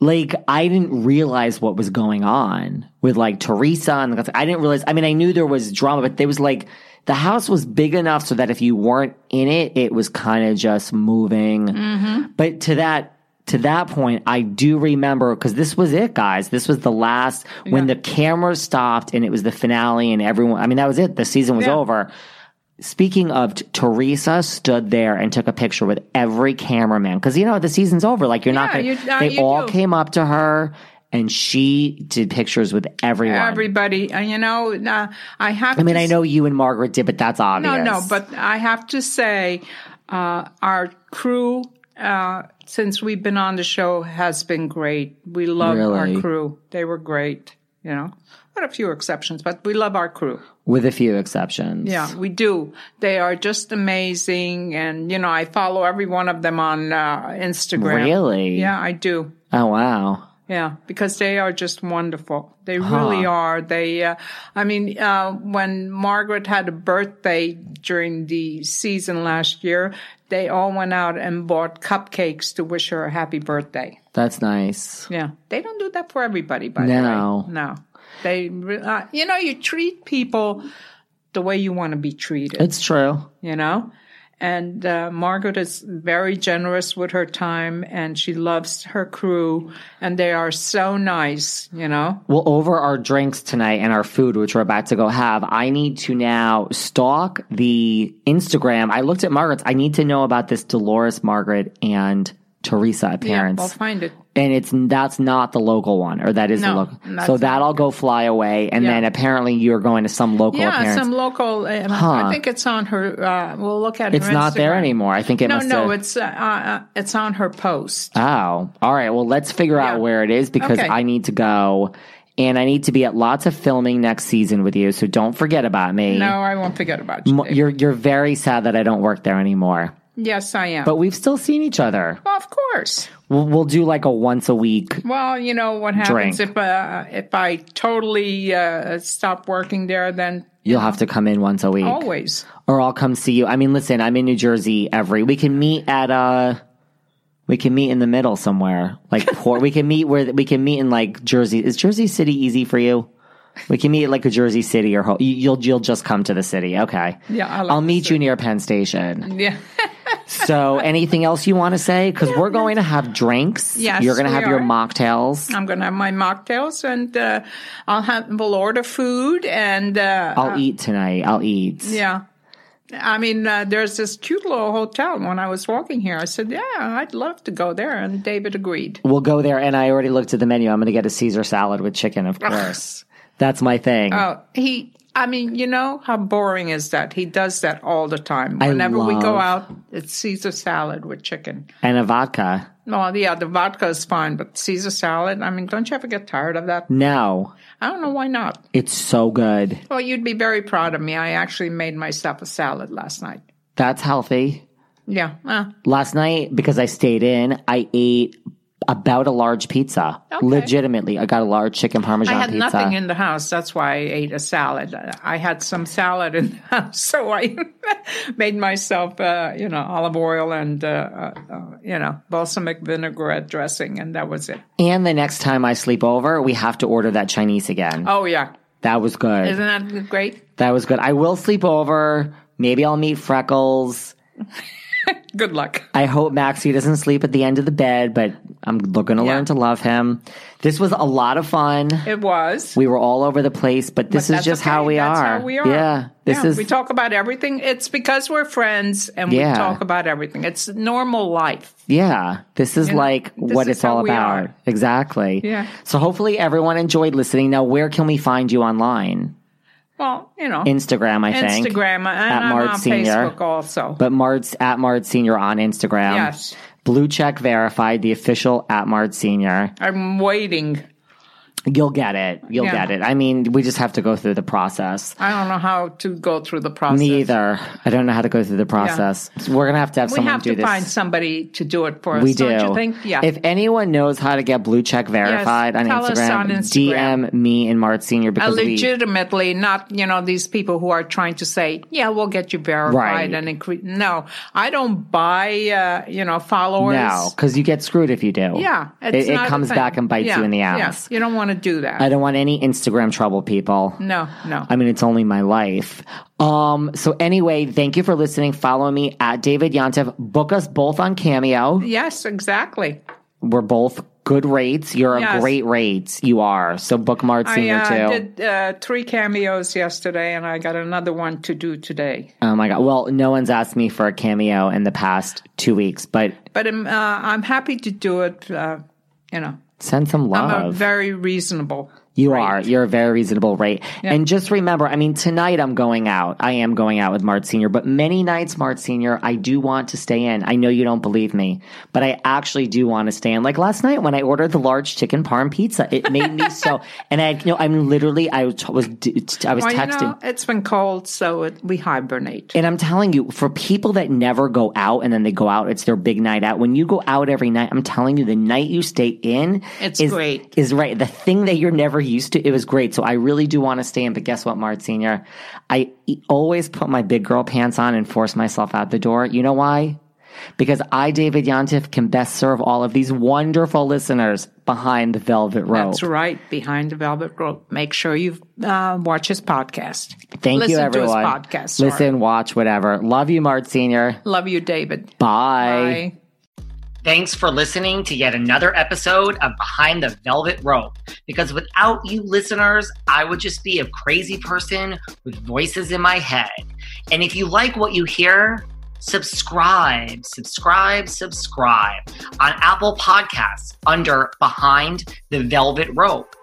like I didn't realize what was going on with like Teresa and the, I didn't realize I mean I knew there was drama but there was like the house was big enough so that if you weren't in it it was kind of just moving. But to that to that point I do remember cuz this was it guys. This was the last when the cameras stopped and it was the finale and everyone I mean that was it. The season was over. Speaking of, T- Teresa stood there and took a picture with every cameraman because you know the season's over. Like you're not
Yeah,
going.
you- uh,
they
you
all
do.
came up to her and she did pictures with everyone.
Everybody, and you know, uh, I have.
I mean,
to
I know you and Margaret did, but that's obvious.
No, no, but I have to say, uh, our crew, uh, since we've been on the show, has been great. We love
Really?
our crew. They were great, you know. What a few exceptions, but we love our crew.
with a few exceptions.
Yeah, we do. They are just amazing. And, you know, I follow every one of them on uh, Instagram.
Really?
Yeah, I do.
Oh wow.
Yeah, because they are just wonderful. They really are. They, uh, I mean, uh, when Margaret had a birthday, during the season last year, they all went out and bought cupcakes to wish her a happy birthday.
That's nice.
Yeah, they don't do that for everybody, by
No.
the way. No, they, re- uh, you know, you treat people the way you want to be treated
It's true.
you know? And uh, Margaret is very generous with her time and she loves her crew and they are so nice, you know?
Well, over our drinks tonight and our food, which we're about to go have, I need to now stalk the Instagram. I looked at Margaret's. I need to know about this Dolores Margaret and Teresa appearance.
I'll find it.
and it's that's not the local one, or that is the
No,
local.
that's
So
not-
that'll go fly away, and
Yeah.
then apparently you're going to some local
yeah,
appearance.
some local. Uh,
Huh.
I think it's on her. Uh, we'll look at.
it's
her
not there
Instagram.
anymore. I think it
No,
must.
no,
have-
it's uh, uh, it's on her post.
Oh, all right. Well, let's figure out
Yeah.
where it is because
Okay.
I need to go and I need to be at lots of filming next season with you. So don't forget about me.
No, I won't forget about you.
M-
Dave.
You're you're very sad that I don't work there anymore,
Yes, I am.
but we've still seen each other.
well, of course.
We'll, we'll do like a once a week.
Well, you know what happens
Drink.
if uh, if I totally uh, stop working there, then
You'll have to come in once a week,
always.
or I'll come see you. I mean, listen, I'm in New Jersey every. We can meet at uh We can meet in the middle somewhere,
*laughs*
like poor. we can meet where we can meet in like Jersey. Is Jersey City easy for you? We can meet at like a Jersey City or Ho- you- you'll you'll just come to the city. Okay.
Yeah, I like
I'll
the
meet you near Penn Station.
Yeah. *laughs*
So, anything else you want to say? Because we're going to have drinks.
Yes,
You're going to
we
have your
are. Uh,
mocktails.
I'm gonna have my mocktails and uh, I'll have we'll order food and uh,
I'll eat tonight. I'll eat.
yeah. I mean, uh, there's this cute little hotel. When I was walking here, I said, "Yeah, I'd love to go there," and David agreed.
We'll go there. And I already looked at the menu. I'm going to get a Caesar salad with chicken, of course. That's my thing.
Oh, he. I mean, you know how boring is that? He does that all the time.
I
Whenever we go
love-
out, it's Caesar salad with chicken.
And a vodka.
Well, yeah, the vodka is fine, but Caesar salad. I mean, don't you ever get tired of that?
No,
I don't know why not.
it's so good.
Well, you'd be very proud of me. I actually made myself a salad last night.
That's healthy.
Yeah. Uh,
Last night, because I stayed in, I ate about a large pizza. Legitimately, I got a large chicken parmesan
I had
pizza.
nothing in the house. That's why I ate a salad. I had some salad in the *laughs* house, so I made myself, uh, you know, olive oil and, uh, uh, uh, you know, balsamic vinaigrette dressing, and that was it.
and the next time I sleep over, we have to order that Chinese again.
Oh, yeah.
That was good.
Isn't that great?
That was good. I will sleep over. Maybe I'll meet Freckles.
Good luck.
I hope Maxie doesn't sleep at the end of the bed, but I'm looking to
Yeah.
learn to love him. This was a lot of fun.
It was.
We were all over the place, but this is
That's
just
okay.
how we
That's
are.
how we are.
Yeah. This
Yeah,
is
We talk about everything. It's because we're friends and
Yeah.
we talk about everything. It's normal life.
Yeah, this is
know,
like
this
what
is
it's all
how we
about.
are.
Exactly.
Yeah.
So hopefully everyone enjoyed listening. Now, where can we find you online?
Well, you know,
Instagram, I think.
Instagram and
at
I'm
Mard
on
Senior.
Facebook also.
But Mard's at Mard Senior on Instagram.
Yes.
Blue check verified, the official at Mard Senior.
I'm waiting.
You'll get it. You'll
Yeah.
get it. I mean, we just have to go through the process.
I don't know how to go through the process.
Neither. I don't know how to go through the process. So we're gonna have to have
We
someone
have
do
to
this.
find somebody to do it for us.
we do.
don't you think? Yeah.
If anyone knows how to get blue check verified on,
tell us
Instagram,
on
DM
Instagram.
me and Mart Senior
Uh,
because we
legitimately, not you know these people who are trying to say, yeah, we'll get you verified
Right.
and increase. No, I don't buy uh, you know followers.
no because you get screwed if you do.
Yeah,
it,
it's
it
not a
comes
thing.
back and bites
Yeah,
you in the
yeah.
ass.
You don't want to do that.
I don't want any Instagram trouble, people.
no, no.
I mean, it's only my life. Um, so anyway, thank you for listening. Follow me at David Yontef. Book us both on Cameo.
yes, exactly.
We're both good rates. You're a
Yes.
great rates. You are. So book Mart
I
Senior
uh,
too.
did uh, three cameos yesterday, and I got another one to do today.
Oh my god. Well, no one's asked me for a cameo in the past two weeks, but
But I'm uh, I'm happy to do it. Uh, you know,
send some
I'm a
love.
very reasonable.
you are. You're a very reasonable rate. And just remember, I mean, tonight I'm going out. I am going out with Mart Senior, but many nights, Mart Senior, I do want to stay in. I know you don't believe me, but I actually do want to stay in. Like last night when I ordered the large chicken parm pizza, it made
*laughs*
me so. And I, you know, I'm literally, I was, was I was
Well, you
texting.
know, it's been cold, so it, we hibernate.
And I'm telling you, for people that never go out and then they go out, it's their big night out. When you go out every night, I'm telling you, the night you stay in
It's
is
great.
Is right. The thing that you're never
He used to. It was great. So I really do want to stay in. But guess what, Mart Senior? I e- always put my big girl pants on and force myself out the door. You know why? Because I, David Yontif, can best serve all of these wonderful listeners behind the velvet rope.
That's right. Behind the Velvet Rope. Make sure you uh, watch his podcast.
Thank
Listen
you, everyone.
to his podcast. sorry.
Listen, watch, whatever. Love you, Mart Senior.
Love you, David.
Bye.
Bye.
Thanks for listening to yet another episode of Behind the Velvet Rope. Because without you listeners, I would just be a crazy person with voices in my head. And if you like what you hear, subscribe, subscribe, subscribe on Apple Podcasts under Behind the Velvet Rope.